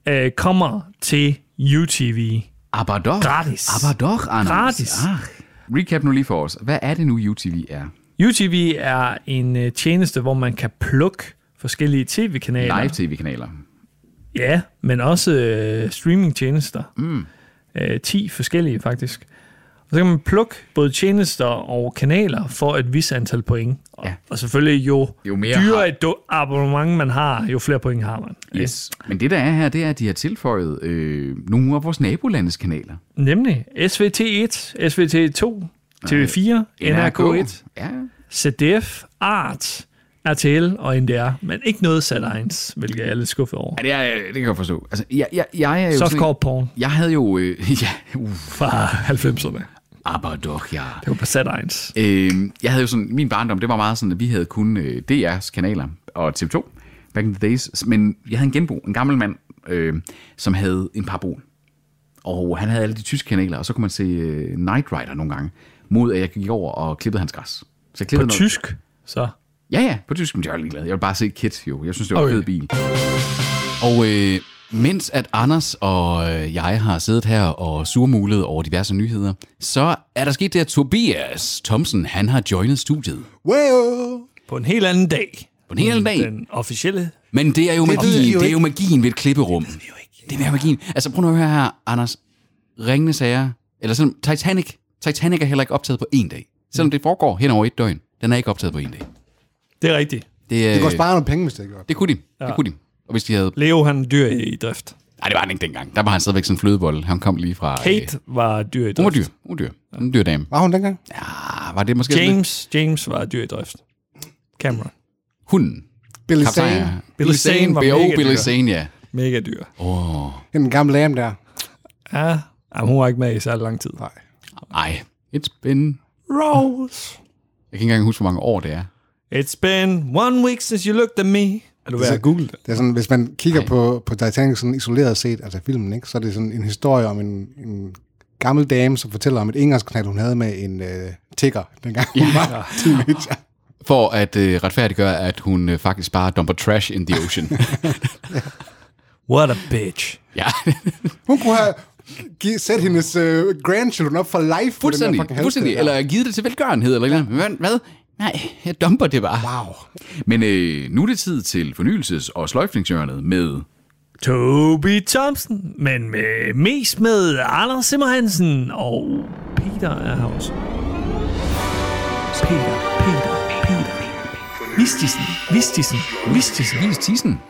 øh, kommer til UTV. aber doch. Gratis. Aber doch, Anders. Gratis. Ach. Recap nu lige for os. Hvad er det nu, UTV er? UTV er en øh, tjeneste, hvor man kan plukke forskellige tv-kanaler. Live tv-kanaler. Ja, men også øh, streamingtjenester. Mm. Øh, 10 forskellige faktisk. Og så kan man plukke både tjenester og kanaler for et vis antal point. Og, Ja. og selvfølgelig jo, Jo mere har- dyrere et do- abonnement man har, jo flere point har man. Yes. Men det der er her, det er, at de har tilføjet øh, nogle af vores nabolandes kanaler. Nemlig SVT1, SVT2, TV4, NRK1, Ja. ZDF, Art, RTL og NDR. Men ikke noget Sat1, hvilket jeg er lidt skuffet over. ja det, er, det kan jeg forstå. Altså, jeg, jeg, jeg er jo sådan- Softcore porn Jeg havde jo... Øh, *laughs* ja, uff, fra 90'erne. aber doch, ja. Det var på Sat1. Øh, jeg havde jo sådan, min barndom, det var meget sådan, at vi havde kun øh, DR's kanaler og TV2 back in the days. Men jeg havde en genbo, en gammel mand, øh, som havde en parabol. Og han havde alle de tyske kanaler, og så kunne man se øh, Night Rider nogle gange, mod at jeg gik over og klippede hans græs. Så jeg På klippede noget- tysk, så. Ja, ja, på tysk, men jeg er ligeglad. Jeg vil bare se Kit, jo. Jeg synes, det var okay. Okay. en fed bil. Og øh, mens at Anders og øh, jeg har siddet her og surmulet over diverse nyheder, så er der sket det, at Tobias Thomsen, han har joinet studiet. Well. På en helt anden dag. På en hel dag. Den officielle Men det er jo det ved vi magien. jo det er ikke. jo magien ved et klipperum. Det er jo magien. Altså prøv nu at høre her, Anders. Ringende sager. Eller sådan, Titanic. Titanic er heller ikke optaget på én dag. Selvom det foregår hen over et døgn. Den er ikke optaget på én dag. Det er rigtigt. Det, øh, Det kunne spare nogle penge, hvis det ikke var. det kunne de. Ja. Det kunne de. Og hvis de havde... Leo, han er dyr i, i drift. Nej, det var han ikke dengang. Der var han stadigvæk sådan en flødebolle. Han kom lige fra... øh, Kate var dyr i hun var drift. dyr. Hun var dyr. En dyr dame. Var hun dengang? Ah, var det måske... James, James var dyr i drift. Cameron. Hunden. Billy Kaptajn. Zane. ja. Billy Zane var B.O. mega Billy dyr. Zane, ja. Mega dyr. Åh, oh, Den gamle lam der. Ja, Jamen, hun var ikke med i særlig lang tid. Nej. ej. It's been... Rose. Jeg kan ikke engang huske, hvor mange år det er. It's been one week since you looked at me. Er du ved at google det? Altså, Det er sådan, hvis man kigger på, på Titanic sådan isoleret set, altså filmen, ikke, så er det sådan en historie om en, en gammel dame, som fortæller om et engangsknald, hun havde med en øh, tigger, dengang hun ja. var teenager. For at øh, retfærdiggøre, at hun øh, faktisk bare dumper trash in the ocean. What a bitch. *laughs* ja, Hun kunne have gi- sat hendes øh, grandchildren op for life. på den *laughs* der fuldstændig. fucking halskæde fuldstændig. der. Eller givet det til velgørenhed, eller ja. hvad, hvad? Nej, jeg dumper det bare. Wow. Men øh, nu er det tid til fornyelses- og sløjfningsjørnet med... Toby Thompson, men med, mest med Anders Simmerhansen og Peter er her også. Peter, Peter, Peter. Vistisen, Vistisen, Vistisen. Lis Thyssen.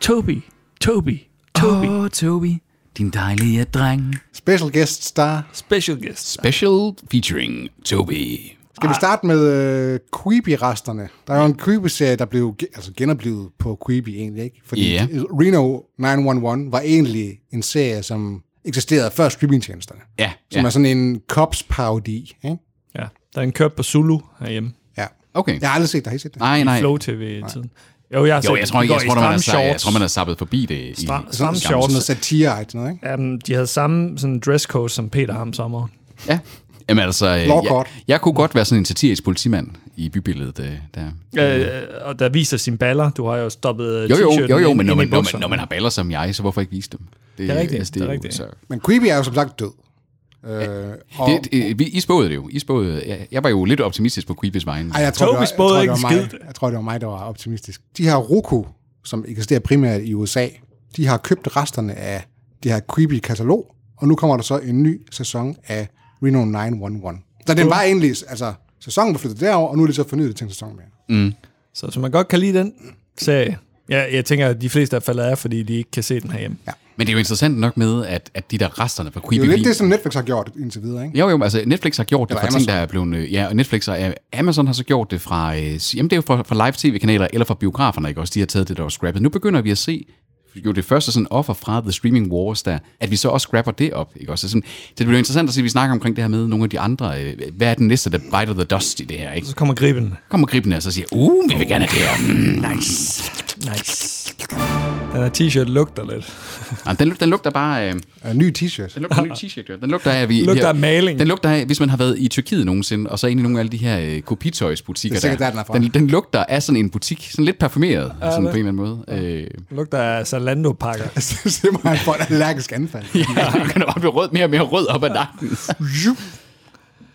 Toby, Toby, Toby. Oh. Åh, Toby, din dejlige dreng. Special guest star. Special guest. Special featuring Toby. Skal vi starte med øh, Creepy-resterne? Der er jo en Creepy-serie, der blev ge- altså genoplevet på Creepy egentlig, ikke? Fordi øh, Ja. Reno 911 var egentlig en serie, som eksisterede før streamingtjenesterne. Ja, Som ja. er sådan en cops-parodi, ikke? Ja, der er en kørt på Zulu herhjemme. Ja. Okay. Jeg har aldrig set dig. Har I set det? Nej, nej. Flow TV-tiden. Jo, jeg, Jo, har set jeg det. tror, De ikke, går jeg, i tror, man er, stramme sa- jeg shorts. tror, man er sappet forbi det. I, Stram- i- stramme i- Sådan shorts. noget satire eller noget, ikke? Jamen, de havde samme sådan dresscode som Peter ham sommer. Ja. Jamen altså, øh, jeg, Lårkort. jeg kunne godt være sådan en satirisk politimand i bybilledet øh, der. Øh, og der viser sine baller. Du har jo stoppet øh, Jo, jo, t-shirten jo, jo ind- men når ind man, når, i man, bukserne. når man har baller som jeg, så hvorfor ikke vise dem? Altså, Det, er rigtigt, det er jo- rigtigt. Så, Men Creepy er jo som sagt død. Øh, og, det, det, vi, I spåede det jo. I spåede, jeg, jeg var jo lidt optimistisk på Creepys vegne. Ej, jeg tror, det var, Tobis jeg, tror, båd det var ikke mig, skid. jeg tror, det var mig, der var optimistisk. De her Roku, som eksisterer primært i USA, de har købt resterne af det her creepy katalog, og nu kommer der så en ny sæson af Reno 911. Så den var egentlig, altså sæsonen var flyttet derover, og nu er det så fornyet det til en sæson mere. Så, så man godt kan lide den serie. Ja, jeg tænker, at de fleste er faldet af, fordi de ikke kan se den herhjemme. Ja. Men det er jo interessant nok med, at, at de der resterne fra Creepy... Det er jo lidt vi- det, som Netflix har gjort indtil videre, ikke? Jo, jo, altså Netflix har gjort det fra Eller ting, der er blevet... øh, Ja, og Netflix og øh, Amazon har så gjort det fra... øh, s- Jamen, det er jo fra, fra live-tv-kanaler eller fra biograferne, ikke også? De har taget det, der var scrappet. Nu begynder vi at se jo det første sådan offer fra The Streaming Wars, der, at vi så også scrapper det op, ikke også? Så sådan, det bliver jo interessant at se, at vi snakker omkring det her med nogle af de andre. øh, Hvad er den næste, der biter the dust i det her, ikke? Så kommer griben. Så kommer griben og så siger, uh, vi vil gerne have det her. Mm. Nice. Den her t-shirt lugter lidt. Jamen, den, lug- den lugter bare... Øh, Og ny t-shirt. Den lugter *laughs* af en ny t-shirt, jo. Den lugter af, at vi, Lugter vi har- af maling. Den lugter af, hvis man har været i Tyrkiet nogensinde, og så ind i nogle af alle de her øh, kopitøjsbutikker Det er sikkert der, den er fra. den, den lugter af sådan en butik, sådan lidt parfumeret, ja, sådan på en eller anden *laughs* måde. Øh, Lugter af Zalando-pakker. Så Simpelthen for et allergisk anfald. ja, du kan da bare blive rød, mere og mere rød op ad nakken.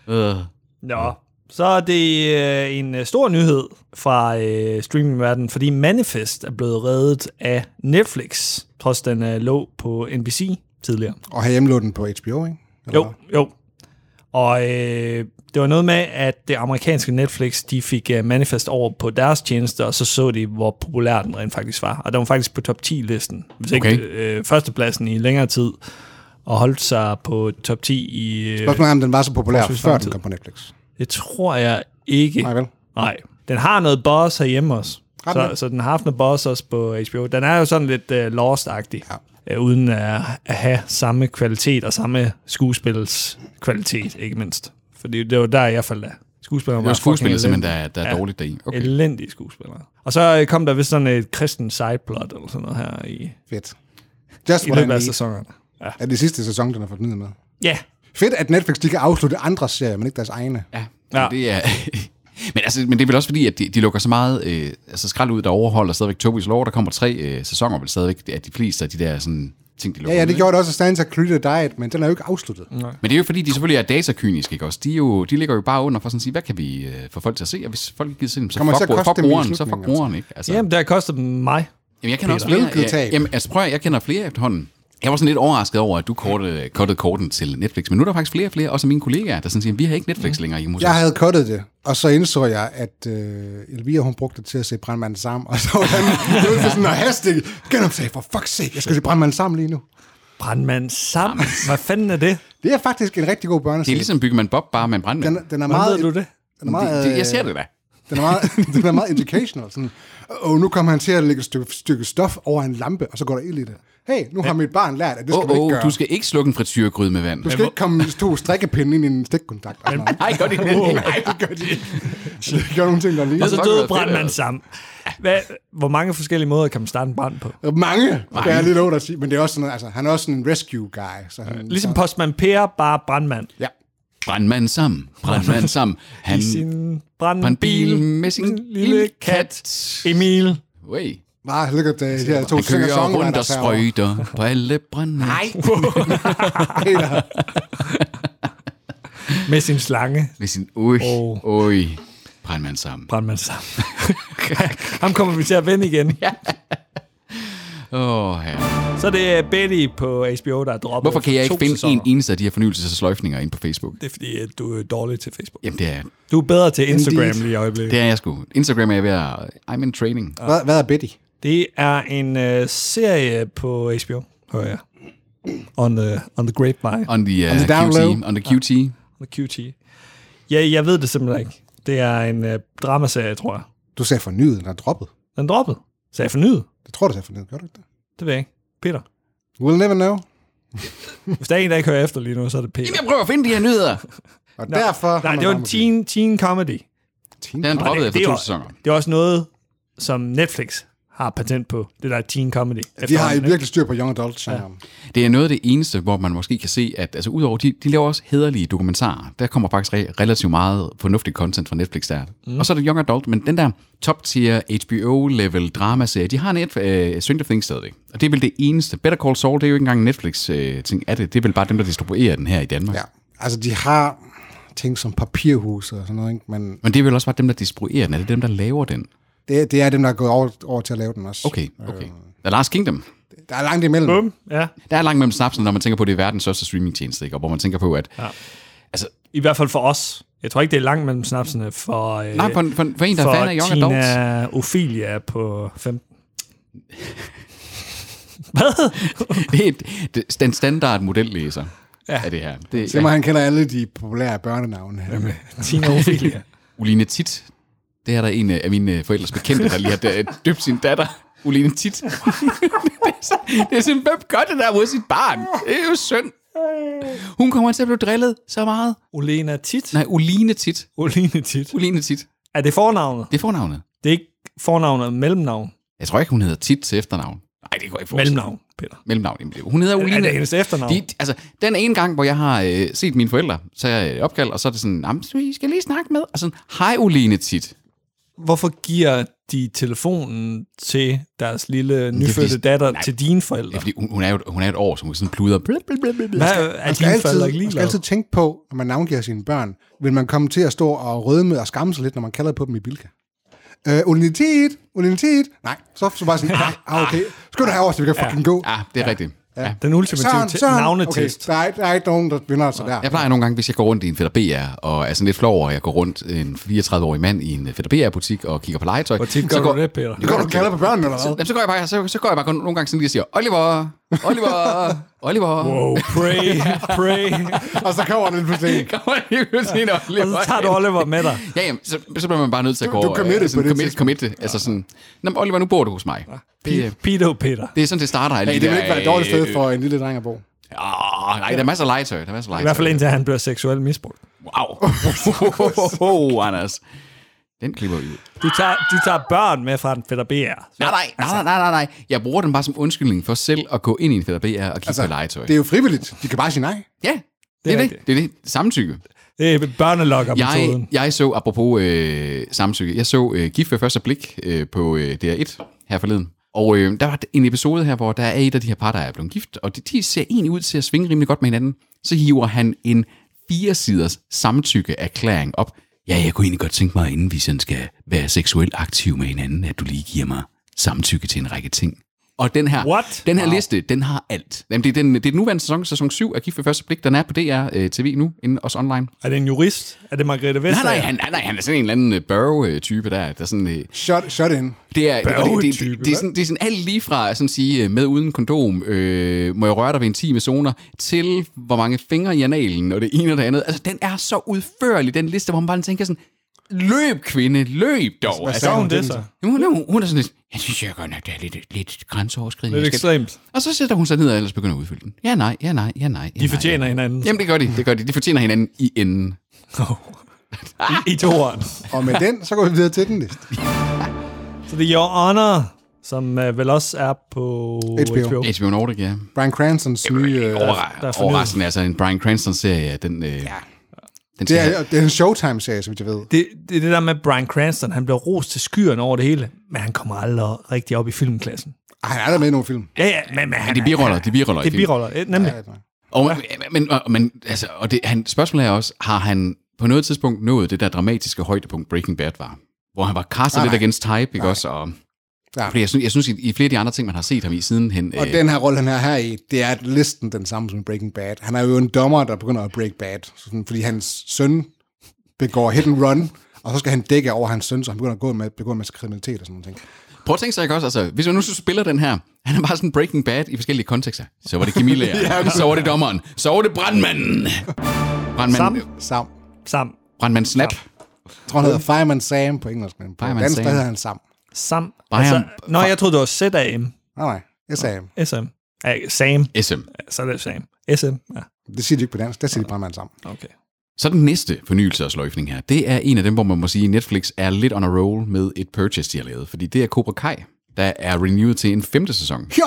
Øh, Nå, så er det øh, en øh, stor nyhed fra øh, streamingverdenen, fordi Manifest er blevet reddet af Netflix, trods den øh, lå på NBC tidligere. Og have hjemlå den på HBO, ikke? Eller Jo, jo. Og øh, det var noget med, at det amerikanske Netflix, de fik øh, Manifest over på deres tjeneste, og så så de, hvor populær den rent faktisk var. Og den var faktisk på top 10-listen, hvis okay. ikke Okay. øh, førstepladsen i længere tid, og holdt sig på top 10 i... Øh, Spørgsmålet er, om den var så populær, Forholdsvis før lang den tid. kom på Netflix. det tror jeg ikke. Nej, vel? Nej. Den har noget buzz herhjemme også. Ret Så, med. så den har haft noget buzz også på HBO. Den er jo sådan lidt uh, Lost-agtig, ja. uh, uden at, at have samme kvalitet og samme skuespillets kvalitet, ikke mindst. Fordi det var der, jeg faldt af. Skuespillere det var var skuespillet fucking simpelthen, der, der er Ja. dårligt deri. Okay. elendige skuespillere. Og så øh, kom der vist sådan et kristen sideplot eller sådan noget her i, Fedt. Just i what I løbet af need. sæsonerne. Ja. Er det sidste sæson, den er fornyet med? ja, Fedt, at Netflix de kan afslutte andre serier, men ikke deres egne. Ja, Ja. ja. det er... *laughs* Men, altså, men det er vel også fordi, at de, de lukker så meget øh, altså skrald ud, der overholder stadigvæk Tobis lov. Der kommer tre øh, sæsoner vel stadigvæk, at de fleste af de der sådan, ting, de Ja, lukker ja, ud, det ikke? gjorde det også, at Stanza Created Diet, men den er jo ikke afsluttet. Men det er jo fordi, de selvfølgelig er datakyniske, ikke også? De, er jo, de ligger jo bare under for sådan at sige, hvad kan vi øh, få folk til at se? Og hvis folk ikke gider se dem, så Kommer fuck, til at bro- koste fuck dem i brugeren, så fuck slutningen, altså. brugeren, ikke? Altså, Jamen, det har kostet dem mig. Jamen, jeg kender også flere. Hvilket Jeg, tab? jamen, altså, prøv, at- jeg kender flere efterhånden. Jeg var sådan lidt overrasket over, at du kortede, kortede korten til Netflix, men nu er der faktisk flere og flere, også af mine kollegaer, der sådan siger, vi har ikke Netflix længere, I må Jeg havde kottet det, og så indså jeg, at øh, Elvira, hun brugte det til at se Brandmanden sammen, og så var han *laughs* ude for sådan noget hastig genoptag, for fuck's sake, jeg skal se Brandmanden sammen lige nu. Brandmand sammen. Hvad fanden er det? Det er faktisk en rigtig god Det er børneserie. ligesom Bygger man Bob, bare med en brandmand. Den, Den, den er Hvordan meget... ved du det? Den er meget, det, jeg øh, ser det da. Den er meget, *laughs* den er meget educational. Sådan, og nu kommer han til at lægge et stykke, stykke stof over en lampe, og så går der ild i det. Hey, nu har mit barn lært, at det skal Åh, du ikke oh, oh, gøre. du skal ikke slukke en frityregryde med vand. du skal ikke komme med to strikkepinde ind i en stikkontakt. og sådan noget. Nej, gør det ikke. *laughs* Nej, det gør det ikke. Det gør nogle ting, der Og lige. så fuck, hvad er døde det, brandmand altså? sammen. Hvad, hvor mange forskellige måder kan man starte en brand på? Mange, kan jeg lige lov at sige. Men det er også sådan, noget, altså, han er også sådan en rescue guy. Så han, Ligesom postmand Per, bare brandmand. Ja. Brandmand sammen. Brandmand sammen. Han I sin brandbil brandbil med sin lille kat Emil. Way. Bare lykke til de her to Han singer kører rundt og song sprøjter på alle brandmænd. Nej. med sin slange. Med sin... Ui, Åh. ui. Brandmand sammen. Brandmand sammen. *laughs* Ham kommer vi til at vende igen. Ja. Åh, oh, herre. Så er det er Betty på HBO, der er droppet. Hvorfor kan jeg ikke to finde sæsoner? en eneste af de her fornyelses- og sløjfninger ind på Facebook? Det er fordi, at du er dårlig til Facebook. Jamen, det er, Du er bedre til Instagram Indeed. lige i øjeblikket. det er jeg sgu. Instagram er jeg ved at... I'm in training. Hvad, hvad er Betty? Det er en øh, serie på HBO, hører jeg. On the, on the grapevine. On the, uh, On the down QT. low. On the QT. On the QT. Ja, jeg ved det simpelthen ikke. Det er en øh, dramaserie, tror jeg. Du sagde fornyet, den er droppet. Den droppede. Så jeg fornyet. Det tror du sagde fornyet, gør du ikke det? Det ved jeg ikke. Peter. We'll never know. Hvis der er en, der ikke hører efter lige nu, så er det Peter. Jamen, jeg prøver at finde de her nyheder. Og derfor... har Nej, man det var en bare- teen, teen comedy. Teen. Den er droppet det- efter det er to jo- sæsoner. Det er også noget, som Netflix har patent på. Det der teen comedy. De har Efterhånden, virkelig styr på young adult genren. Det er noget af det eneste, hvor man måske kan se, at altså, udover de, de laver også hederlige dokumentarer. Der kommer faktisk re- relativt meget fornuftig content fra Netflix der. Mm. Og så er det Young Adult, men den der top-tier HBO-level dramaserie, de har net øh, Stranger Things stadigvæk. Og det er vel det eneste. Better Call Saul, det er jo ikke engang en Netflix-ting af det. Det er vel bare dem, der distribuerer den her i Danmark. Ja, altså de har ting som papirhus og sådan noget, ikke? men Men det er vel også bare dem, der distribuerer den. Er det dem, der laver den? det, det er dem, der er gået over, over til at lave den også. Okay, okay. Der er Last Kingdom. Der er langt imellem. ikke? Bum. Ja. Der er langt mellem snapsen, når man tænker på, at det er verdens største streamingtjeneste, ikke? og hvor man tænker på, at... Ja. I hvert fald for os. Jeg tror ikke, det er langt mellem snapsene for... Øh, Nej, for, en- for, en- for en, der er fan af Young Tina Adults. Ophelia på 15. *laughs* Hvad? det er et- det- den standard modellæser ja. af det her. Det Det må er han kender alle de populære børnenavne. Jamen. Tina Ophelia. Uline Tit. Det er der en af mine øh, forældres bekendte, der lige har dø- døbt sin datter. Uline Tit. *laughs* det, er så- det er sådan, hvem gør det der mod sit barn? Det er jo synd. Hun kommer til at blive drillet så meget. Olena Tit? Nej, Uline Tit. Oline Tit. Uline Tit. Er det fornavnet? Det er fornavnet. Det er ikke fornavnet og mellemnavn. Jeg tror ikke, hun hedder Tit til efternavn. Nej, det går ikke for Mellemnavn, Peter. mellemnavn. Jamen, det- Hun hedder Uline. det hendes efternavn? De, altså, den ene gang, hvor jeg har øh, set mine forældre, så jeg øh, opkald, og så er det sådan, "Jamen, så I skal lige snakke med. Og sådan, hej Uline tit. Hvorfor giver de telefonen til deres lille nyfødte fordi- datter Nej. til dine forældre? Ja, fordi hun, hun, er jo, hun er et år, som hun sådan pluder. Blub, blub, blub, blub. Hvad er Man skal, dine forældre altid, ikke man skal ligeglade? altid tænke på, når man navngiver sine børn, vil man komme til at stå og rødme og skamme sig lidt, når man kalder på dem i Bilka. Øh, uninitet, uninitet. Nej, så så bare sådan, ah, ah, okay. Skal du herover, så vi kan fucking gå. Ah, det er ja. rigtigt. Ja. Den ultimative te- Okay, navnetest. der er, ikke- der er ikke nogen, der vinder så der. Jeg plejer nogle gange, hvis jeg går rundt i en fætter BR, og er sådan lidt flov over, at jeg går rundt en 34-årig mand i en øh, fætter BR-butik og kigger på legetøj. Hvor tit så gør du det, Peter? Det går du og kalder på børnene, eller hvad? Jamen, så går jeg bare, så, så går jeg bare kun- nogle gange sådan lige og siger, Oliver, Oliver, Oliver. *laughs* *laughs* Wow, pray, pray. Og så kommer den pludselig. Kommer lige pludselig en Oliver. Og så tager du Oliver med dig. *laughs* Ja, jamen, så, så bliver man bare nødt til at Du- gå... du committed altså, på det commit, commit, Altså sådan, Nå, men Oliver, nu bor du hos mig. Det, øh, Pido Peter. det er sådan, det starter. øh, Hey, det vil ikke være et dårligt sted for en lille dreng at bo. Åh, nej, der er masser af legetøj. Der er masser af legetøj. I hvert fald indtil han bliver seksuelt misbrugt. Wow. *laughs* Wow, Anders. Den klipper vi ud. Du tager, du tager børn med fra den fætter BR. Nej, nej, nej, nej, nej, nej. Jeg bruger den bare som undskyldning for selv at gå ind i en fætter BR og kigge altså, på legetøj. Det er jo frivilligt. De kan bare sige nej. ja, det er det. rigtigt. Det er det. Samtykke. Det er børnelokker-metoden. Jeg, jeg så, apropos øh, samtykke, jeg så øh, Gift ved første blik øh, på øh, DR1 her forleden. Og øh, der var en episode her, hvor der er et af de her par, der er blevet gift, og de, de ser egentlig ud til at svinge rimelig godt med hinanden. Så hiver han en firesiders samtykkeerklæring op. Ja, jeg kunne egentlig godt tænke mig, inden vi sådan skal være seksuelt aktive med hinanden, at du lige giver mig samtykke til en række ting. Og den her, What? den her liste, den har alt. Jamen, det, er den, det er den nuværende sæson, sæson 7 af Gift ved første blik. Den er på DR øh, TV nu, inden også online. Er det en jurist? Er det Margrethe Nej, Vestager? nej, han, nej, nej, han er sådan en eller anden øh, Burrow-type der. der er sådan, øh, Shut, shut in. det er, det, det, det, Børgetype, det, det, er sådan, det er sådan alt lige fra sådan at sige, øh, med uden kondom, øh, må jeg røre dig ved intime zoner, til hvor mange fingre i analen, og det ene og det andet. Altså, den er så udførlig, den liste, hvor man bare tænker sådan, løb kvinde, løb dog. Hvad Gør Altså, sagde hun det så? hun, hun, hun er sådan lidt, jeg synes jeg godt nok, det er lidt, lidt grænseoverskridende. Lidt Jeg skal- ekstremt. Og så sætter hun sig ned og ellers begynder at udfylde den. Ja, nej, ja, nej, ja, nej. Ja, De nej, fortjener hinanden. Ja. Jamen, det gør de, det gør de. De fortjener hinanden i enden. I toeren. Og med den, så går vi videre til den næste. Så det er Your Honor, som øh, vel også er på HBO. HBO. HBO Nordic, ja. Brian Cranstons nye... Øh, Overra- der er fornyet. overraskende, altså en Brian Cranston-serie, den, øh, ja. den det, skal er, det er en Showtime-serie, som jeg ved. Det, det er det der med Brian Cranston. Han bliver rost til skyerne over det hele, men han kommer aldrig rigtig op i filmklassen. Ej, han er der med i nogle film. Ja, ja, men, men han, Men det er biroller, det er biroller. i det er filmen. biroller. eh, Nemlig. Ja, Og, men, og, men, altså, og det, han, spørgsmålet er også, har han på noget tidspunkt nået det der dramatiske højdepunkt Breaking Bad var? Hvor han var kastet Nej, lidt nej. against type, ikke også? Og, Ja. fordi jeg synes, jeg synes i, i flere af de andre ting, man har set ham i sidenhen, Og øh, den her rolle, han er her i, det er at listen den samme som Breaking Bad. Han er jo en dommer, der begynder at break bad, sådan, fordi hans søn begår hit and run, og så skal han dække over hans søn, så han begynder at gå med, begå en masse kriminalitet og sådan noget. Prøv at tænke sig ikke også, altså, hvis man nu spiller den her, han er bare sådan Breaking Bad i forskellige kontekster. Så var det Camilla, *laughs* ja, så var det dommeren, så var det brandmanden. Brandmand, Sam. Sam. brandmand Snap. Jeg tror, han hedder Fireman Sam på engelsk, men på Fireman dansk der Sam. hedder han Sam. Sam. Brian- Altså, nå, jeg troede, det var ZAM. Nej, nej. Jeg sagde ham. SM. Ja, Sam. SM. Så er det Sam. SM. Ja, Det siger de ikke på dansk, der siger de bare mand sammen. okay. Så den næste fornyelse og sløjfning her, det er en af dem, hvor man må sige, at Netflix er lidt on a roll med et purchase, de har lavet. Fordi det er Cobra Kai, der er renewed til en femte sæson. Ja!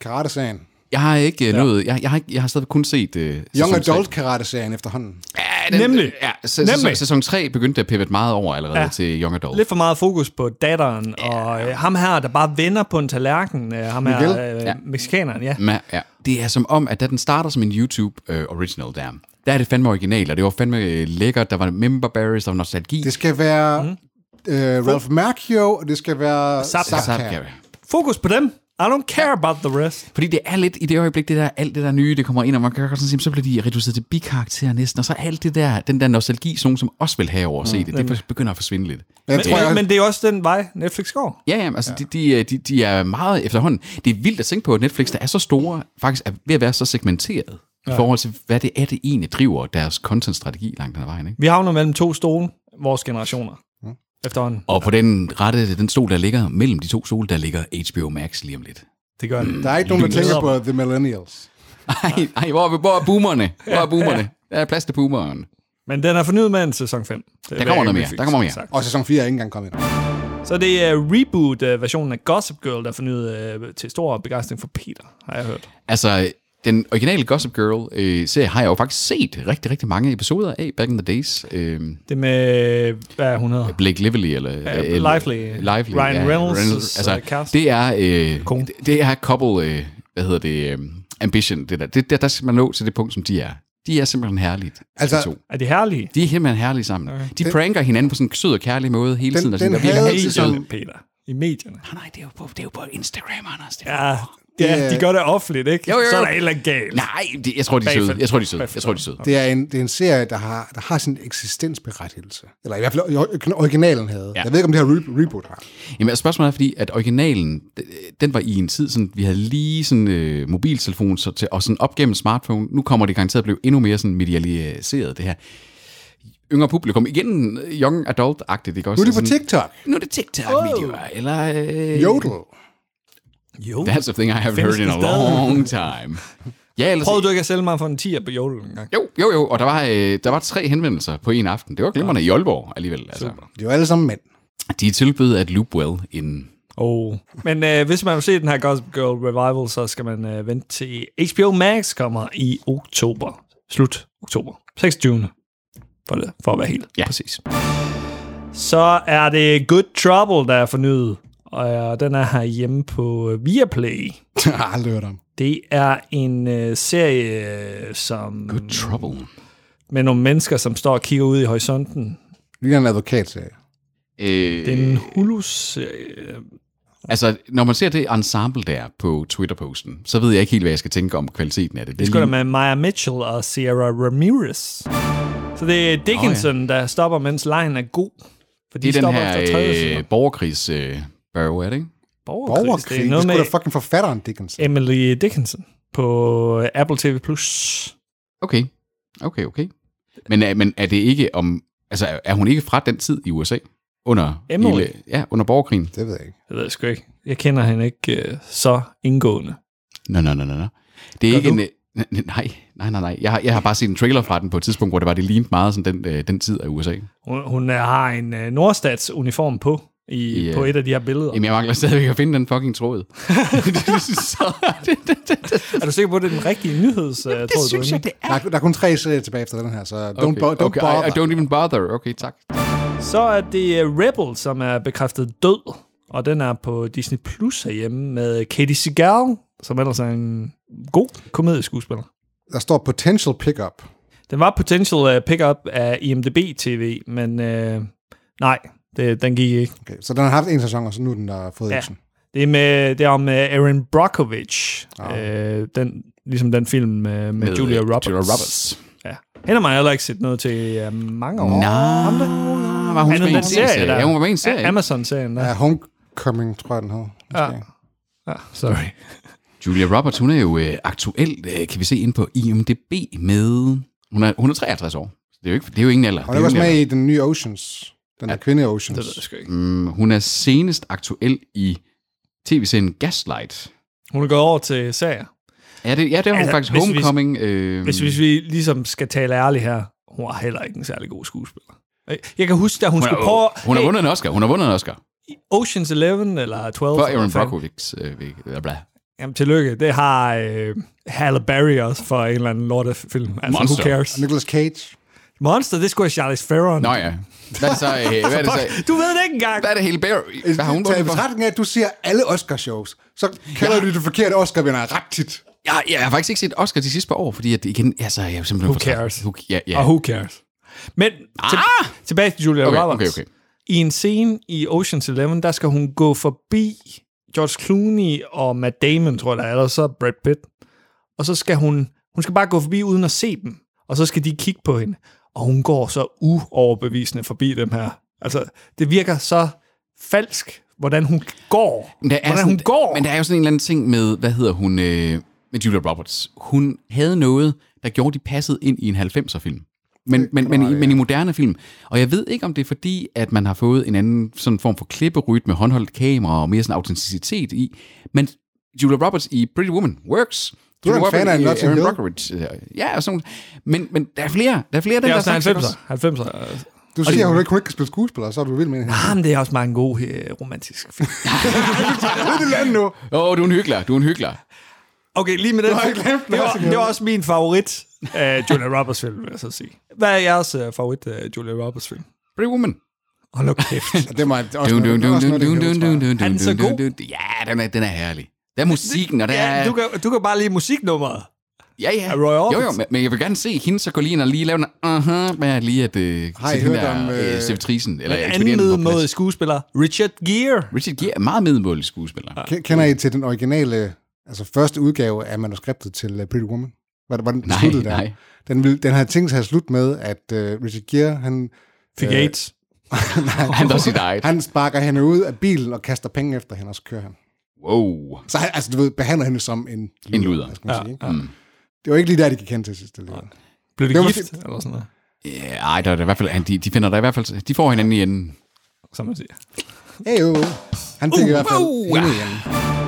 Karate-serien. Jeg har ikke ja. noget, jeg, jeg, har, ikke- jeg har stadig kun set... Uh, Young Adult Karate-serien efterhånden. Ja, den, Nemlig. Ja, sæson, Nemlig. Nemlig. sæson 3 begyndte at pivot meget over allerede ja. til Young Adult. Lidt for meget fokus på datteren, og øh, ham her, der bare vender på en tallerken, øh, ham Miguel? her, øh, Ja. ja. mexikaneren, ja. Ma- ja. Det er som om, at da den starter som en YouTube øh, original der, der er det fandme original, og det var fandme øh, lækkert. Der var member berries, der var nostalgi. Det skal være mm. øh, Ralph Macchio, og det skal være Zapka. Zapka. Fokus på dem. I don't care about the rest. Fordi det er lidt i det øjeblik, det der, alt det der nye, det kommer ind, og man kan godt sådan sige, så bliver de reduceret til bikarakterer næsten, og så alt det der, den der nostalgi, sådan nogen, som også vil have over at se det, det begynder at forsvinde lidt. Men jeg Men, tror, jeg, men det er jo også den vej, Netflix går. Ja, ja, altså ja. De, de, øh, de, de er meget efterhånden. Det er vildt at tænke på, at Netflix, der er så store, faktisk er ved at være så segmenteret, ja. i forhold til, hvad det er, det egentlig driver deres contentstrategi langt hen ad vejen. Ikke? Vi havner mellem to stole, vores generationer, mm. efterhånden. Og på den rette, den stol, der ligger mellem de to stole, der ligger HBO Max lige om lidt. Det gør det. der er ikke nogen, der tænker på The Millennials. Ej, ej hvor, er- hvor er boomerne? Hvor er boomerne? Der er plads til boomeren. Men den er fornyet med en sæson 5. Det Der kommer noget mere, Netflix, der kommer mere. sagt. Og sæson 4 er ikke engang kommet endnu. Så det er reboot-versionen af Gossip Girl, der er fornyet øh, til stor begejstring for Peter, har jeg hørt. Altså, den originale Gossip Girl-serie har jeg jo faktisk set rigtig, rigtig mange episoder af back in the days. Øh, Det med, hvad er hun hedder? Blake Lively eller... Ja, eller- Lively. Lively. Ryan Reynolds' altså, øh, kæreste. det er... Øh, Kone. det- det er couple... Øh, hvad hedder det? Øh, ambition. Det der. Det, der, der skal man nå til det punkt, som de er. De er simpelthen herlige. de Altså, to. Er de herlige? De er simpelthen herlige sammen. Okay. De pranker hinanden på sådan en sød og kærlig måde hele Den- tiden. og den sådan, der bliver havde- altid sådan, sæson- Peter. I medierne. "Nå, nej, det er, jo på, det er jo på Instagram, Anders. Det er Ja, ja, de gør det offentligt, ikke? Jo, jo, jo. Så er der et eller andet galt. Nej, det, jeg tror, de er søde. Bagfald. Jeg tror, de er søde. Jeg tror, de er søde. Det er en, det er en serie, der har, der har sin eksistensberettigelse. Eller i hvert fald or- originalen havde. Ja. Jeg ved ikke, om det her re- reboot har. Jamen, altså, spørgsmålet er fordi, at originalen, d- den var i en tid, sådan, vi havde lige sådan øh, mobiltelefon så til, og sådan op gennem smartphone. Nu kommer det garanteret at blive endnu mere sådan medialiseret, det her. Yngre publikum. Igen, øh, young adult-agtigt, ikke Nu også? Altså, er det Sådan- på TikTok. Nu er det TikTok-videoer, oh. eller... Øh, Jodel. Jo. That's a thing I haven't Findes heard in a den stadig? long time. Ja, ellers... Prøvede du ikke at sælge mig for en 10'er på jodel engang? Jo, jo, jo, og der var, øh, der var tre henvendelser på en aften. Det var glimrende i Aalborg alligevel. Altså. Det er jo alle sammen mænd. *laughs* De tilbød at loop well en Oh. Men øh, hvis man vil se den her Gossip Girl Revival, så skal man øh, vente til HBO Max kommer i oktober. Slut oktober. 26. For, det, for at være helt Ja. præcis. Så er det Good Trouble, der er fornyet. og øh, den er herhjemme på øh, Viaplay. Jeg har aldrig hørt om. Det er en øh, serie, øh, som Good trouble. med nogle mennesker, som står og kigger ud i horisonten. Det ligner en advokatserie. Øh, Det er en Hulu-serie. Altså, når man ser det ensemble der på Twitter-posten, så ved jeg ikke helt, hvad jeg skal tænke om kvaliteten af det. Det er skulle da lige- med Maya Mitchell og Sierra Ramirez. Så det er Dickinson, oh, ja. der stopper, mens lejen er god. For de det er den stopper efter 30 her sekunder. øh, borgerkrigs øh, børge, er det ikke? Borgerkrig. Borgerkrig. Det er Det noget skulle med da fucking forfatteren, Dickens. Emily Dickinson på øh, Apple TV+. Plus. Okay, okay, okay. Men er, men er det ikke om... Altså, er- er hun ikke fra den tid i USA? Under, Emily. ja, under borgerkrigen? Det ved jeg ikke. Jeg ved sgu ikke. Jeg kender hende ikke øh, så indgående. Nå, nå, nå, nå, nå. Det er ikke en... øh, n- n- Nej, nej, nej, nej. Jeg har, jeg har bare set en trailer fra den på et tidspunkt, hvor det var, det lignede meget sådan den, øh, den tid af USA. Hun, hun øh, har en øh, Nordstats uniform på i, Ja. yeah. på et af de her billeder. Jamen, jeg mangler stadigvæk at finde den fucking tråd. *laughs* så, det, det, det, det, det, Er du sikker på, at det er den rigtige nyheds, øh, tror det synes du? jeg, det er. Der er, der er kun tre serier tilbage efter den her, så don't, okay. bo, don't okay, bother. I, I don't even bother. Okay, tak. Så er det øh, Rebel, som er bekræftet død, og den er på Disney Plus herhjemme med Katie Seagal, som ellers er en god komedieskuespiller. Der står potential pickup. Den var potential øh, pick-up af IMDb TV, men øh, nej, det, den gik ikke. Okay, så den har haft en sæson, og så nu er den der har fået Ja. action. Det er, med, det er om øh, Aaron Brockovich, øh, den, ligesom den film øh, med, med Julia Roberts. Ah. Julia Roberts. Ja. Hende har man heller ikke set noget til øh, mange år. Nej. Ham der? Var hun med Andet i end en den serie, serie? der. Ja, hun var med i en serie. ikke? Amazon-serien, der. Ja, Homecoming, tror jeg, den hed. måske. Ja, sorry. Julia Roberts, hun er jo øh, aktuelt, øh, kan vi se, inde på IMDB med... Hun er, hun er 53 år. Så Det er jo, ikke, det er jo ingen alder. Og det den er er jo også ingen med i den nye Oceans. Den der kvinde Oceans. Det ved jeg sgu ikke. alder. Mm, hun er senest aktuel i tv-serien Gaslight. Hun er gået over til serier. Ja, det, ja, det er hun Altså, faktisk. hvis vi- Homecoming. øh, Hvis, hvis vi ligesom skal tale ærligt her, hun var heller ikke en særlig god skuespiller. Jeg kan huske, da hun, hun hun, skulle er, prøve... hun har vundet en Oscar. Hun har vundet en Oscar. Ocean's Eleven eller 12. For eller Aaron hvad fanden. Brockovich. Øh, ved- bla, bla. Jamen, tillykke. Det har øh, Halle Berry også for en eller anden lortefilm. Altså, Monster. who cares? Og Nicolas Cage. Monster, det skulle have Charlize Theron. Nå ja. Hvad er det så? Øh, hvad er det *laughs* så? Du ved det ikke engang. Hvad er det hele Barry? Hvad har hun Tag i vundet for? betragtning af, at du ser alle Oscar-shows, så kalder du det forkerte Oscar-vinder ret tit. Jeg, jeg har faktisk ikke set Oscar de sidste par år, fordi at, igen, altså, jeg er jo simpelthen Who for træt. cares? Who, ja, ja. Og who cares? Men til, ah! tilbage til Julia Okay, Roberts. okay, okay. I en scene i Ocean's Eleven, der skal hun gå forbi George Clooney og Matt Damon, tror jeg, der er, eller så Brad Pitt. Og så skal hun, hun skal bare gå forbi uden at se dem. Og så skal de kigge på hende. Og hun går så uoverbevisende forbi dem her. Altså, det virker så falsk, hvordan hun går. Men der er hvordan sådan, hun går. Men der er jo sådan en eller anden ting med, hvad hedder hun, øh, med Julia Roberts. Hun havde noget, der gjorde, de passede ind i en 90'er-film. Men, men, men, i, men i moderne film. Og jeg ved ikke, om det er fordi, at man har fået en anden sådan form for klipperyt med håndholdt kamera og mere sådan autenticitet i. Men Julia Roberts i Pretty Woman works. Du er Julia en fan af Roberts i, Notting øh, Erin Hill. Brockovich, øh, Ja, og sådan Men, men der er flere. Der er flere af den det er der også slags, ikke også? 90'er. 90'er. Du siger, at hun ikke, hun ikke kan spille skuespiller, og så er du vild *laughs* med hende. Jamen, Ah, det er også meget en god øh, romantisk film. Det er det land nu. Åh, oh, du er en hyggelig, du er en hyggelig. Okay, lige med den. har ikke glemt det, var, Notting Hill. det var også min favorit af Julia Roberts film, vil jeg så sige. Hvad er jeres uh, favorit af Julia Roberts film? Pretty Woman. Hold nu kæft. Og det var også Dun, dun, noget, det var dun, også dun, noget, dun, det dun, gjorde, dun, tror jeg. dun, Er den så dun, dun, god? dun, dun. Ja, den er, den er herlig. Der er musikken, og der ja, er... du, kan, du kan bare lide musiknummeret. Ja, ja. af Roy Jo, Orbison. jo, men- men jeg vil gerne se hende, så gå lige ind og lige lave en... Uh-huh, med lige at øh, Har I sætte hende hørt der, om, øh, øh, servitrisen, eller Anden ekspedienten på middelmåde plads. skuespiller, Richard Gere. Richard Gere er meget middelmådig skuespiller. Ke- Kender I til den originale, altså første udgave af manuskriptet til øh, Pretty Woman? Var det, var den Nej, sluttede der? nej. Den, ville, den havde tænkt sig at slutte med, at uh, Richard Gere, han, Fik Øh, *laughs* AIDS. Han er sit eget. han sparker hende ud af bilen og kaster penge efter hende, og så kører han. Wow. Så han, altså, du ved, behandler hende som en luder. En luder. Mm. hvad Skal man ja, sige, ikke? Det var ikke lige der, de gik hen til sidst. alligevel. *laughs* Blev det det var gift? fint. Eller sådan noget, Ja, Ej, der er der i hvert fald, han- de, de finder der i hvert fald, de får hinanden i enden. som man siger. Hey, jo. Han fik uh, i hvert fald uh, uh, hende igen.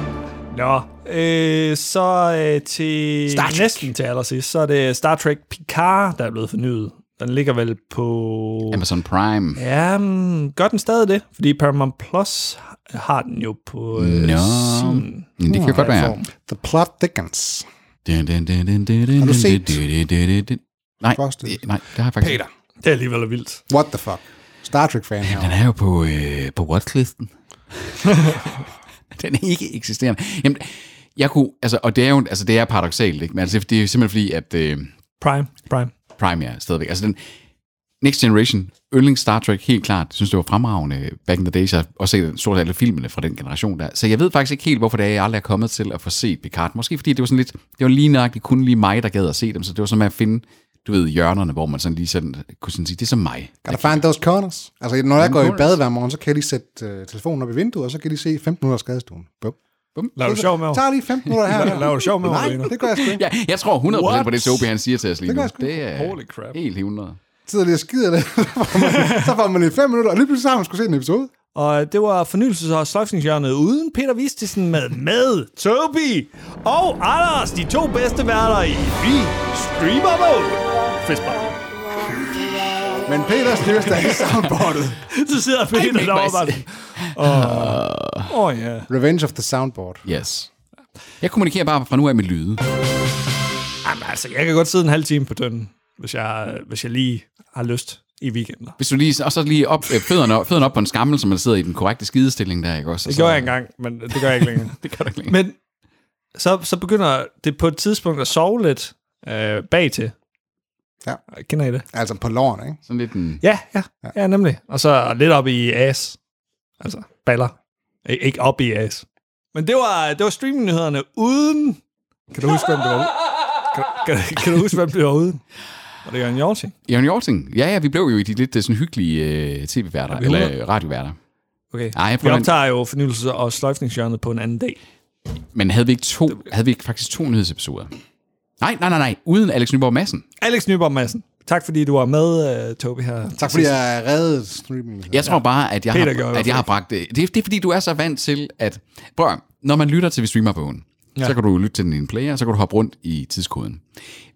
Nå, øh, så øh, til Star Trek. næsten til allersidst, så er det Star Trek Picard, der er blevet fornyet. Den ligger vel på... Amazon Prime. Oh. Ja, mm, gør den stadig det? Fordi Paramount Plus har den jo på øh, Nå, sin... men det kan godt være. The Plot Thickens. Dun, dun, dun, dun, dun, dun, Har du set? dun, dun, dun, dun, dun. Nej, Frosted? øh, nej, det har jeg faktisk ikke. Det er alligevel vildt. What the fuck? Star Trek-fan her. Den er jo på, øh, på watchlisten. Den er ikke eksisterende. Jamen, jeg kunne, altså, og det er jo, altså, det er paradoxalt, ikke? Men altså, det er jo simpelthen fordi, at øh, Prime, Prime. Prime er stadigvæk, altså den, Next Generation, yndlings Star Trek, helt klart. Jeg synes, det var fremragende back in the days. Jeg har også set stort set alle filmene fra den generation der. Så jeg ved faktisk ikke helt, hvorfor det er, jeg aldrig er kommet til at få set Picard. Måske fordi det var sådan lidt, det var lige nøjagtigt kun lige mig, der gad at se dem. Så det var sådan med at finde, du ved, hjørnerne, hvor man sådan lige sådan, kunne sådan sige, det er så mig. Gotta find those corners. Altså, når jeg går i corners. bad hver morgen, så kan jeg lige sætte øh, telefonen op i vinduet, og så kan jeg lige se 15 minutter af skadestuen. Bum. Laver du sjov med Tag lige 15 minutter her. Laver du sjov med Nej, Reno? det gør jeg sgu ikke. Ja, jeg tror 100% What? på What? det, Tobi han siger til os lige Det nu. gør jeg sgu. Det er Holy crap. helt 100. Sidder lige og skider *laughs* det. så får man lige 5 minutter, og lige pludselig så har man skulle se en episode. Og det var fornyelses- og sløjfningshjørnet uden Peter Vistisen med, med Toby og Anders, de to bedste værter i Vi Streamer Mode. Fistbump. Men Peter styrer stadig soundboardet. Så sidder Peter make derovre my bare sådan, Åh, oh, ja. Revenge of the Soundboard. Yes. Jeg kommunikerer bare fra nu af med lyde. Jamen altså, jeg kan godt sidde en halv time på tønden, hvis jeg, hvis jeg lige har lyst i weekender. Hvis du lige, og så lige op, øh, fødderne, op- fødderne op på en skammel, så man sidder i den korrekte skidestilling der, ikke også? Det gjorde jeg engang, men det gør jeg ikke længere. Det gør du ikke længere. *laughs* men så, så begynder det på et tidspunkt at sove lidt øh, bag til. Ja. Kender I det? Altså på låren, ikke? Sådan lidt en... Ja, ja, ja, ja nemlig. Og så lidt op i as. Altså, baller. I, ikke op i as. Men det var, det var streamingnyhederne uden... Kan du huske, hvem det var? Kan, kan, kan du huske, hvem det var uden? Var det Jørgen Jorting? Jørgen Jorting, ja, ja, vi blev jo i de lidt øh, sådan hyggelige øh, tv-værter, vi eller hundrede? øh, radioværter. Okay. Ej, jeg Vi prøver, optager jo fornyelse og sløjfningsjørnet på en anden dag. men havde vi ikke to, havde vi ikke faktisk to nyhedsepisoder? Nej, nej, nej, nej, uden Alex Nyborg Madsen. Alex Nyborg Madsen, tak fordi du var med, uh, Tobi, her. Tak fordi jeg reddede streaming. Jeg tror bare, at jeg, Peter gjorde i har, hvert at jeg har bragt det. Det er, det er fordi, du er så vant til, at... Prøv at høre, når man lytter til, vi streamer bogen, ja. så kan du lytte til den i en player, så kan du hoppe rundt i tidskoden.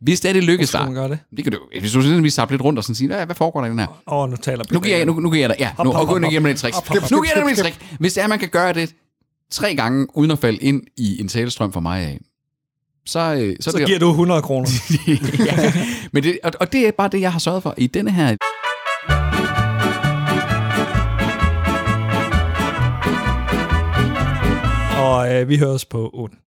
Hvis det er det lykkes Hvorfor dig... skal man gøre det? det kan du, hvis du simpeltvis zapper lidt rundt og sådan siger, "Ja, hvad foregår der i den her? Åh, oh, nu taler Peter. Nu giver jeg, nu, nu giver jeg dig, ja, nu, hop, okay, hop, nu hop. giver jeg mig et trick. Nu giver jeg dig et trick. Hvis det er, man kan gøre det tre gange, uden at falde ind i en talestrøm fra mig af, så, øh, så, Så giver du 100 kroner. *laughs* ja. Men det, og, og det er bare det, jeg har sørget for i denne her... og uh, øh, vi høres på 8.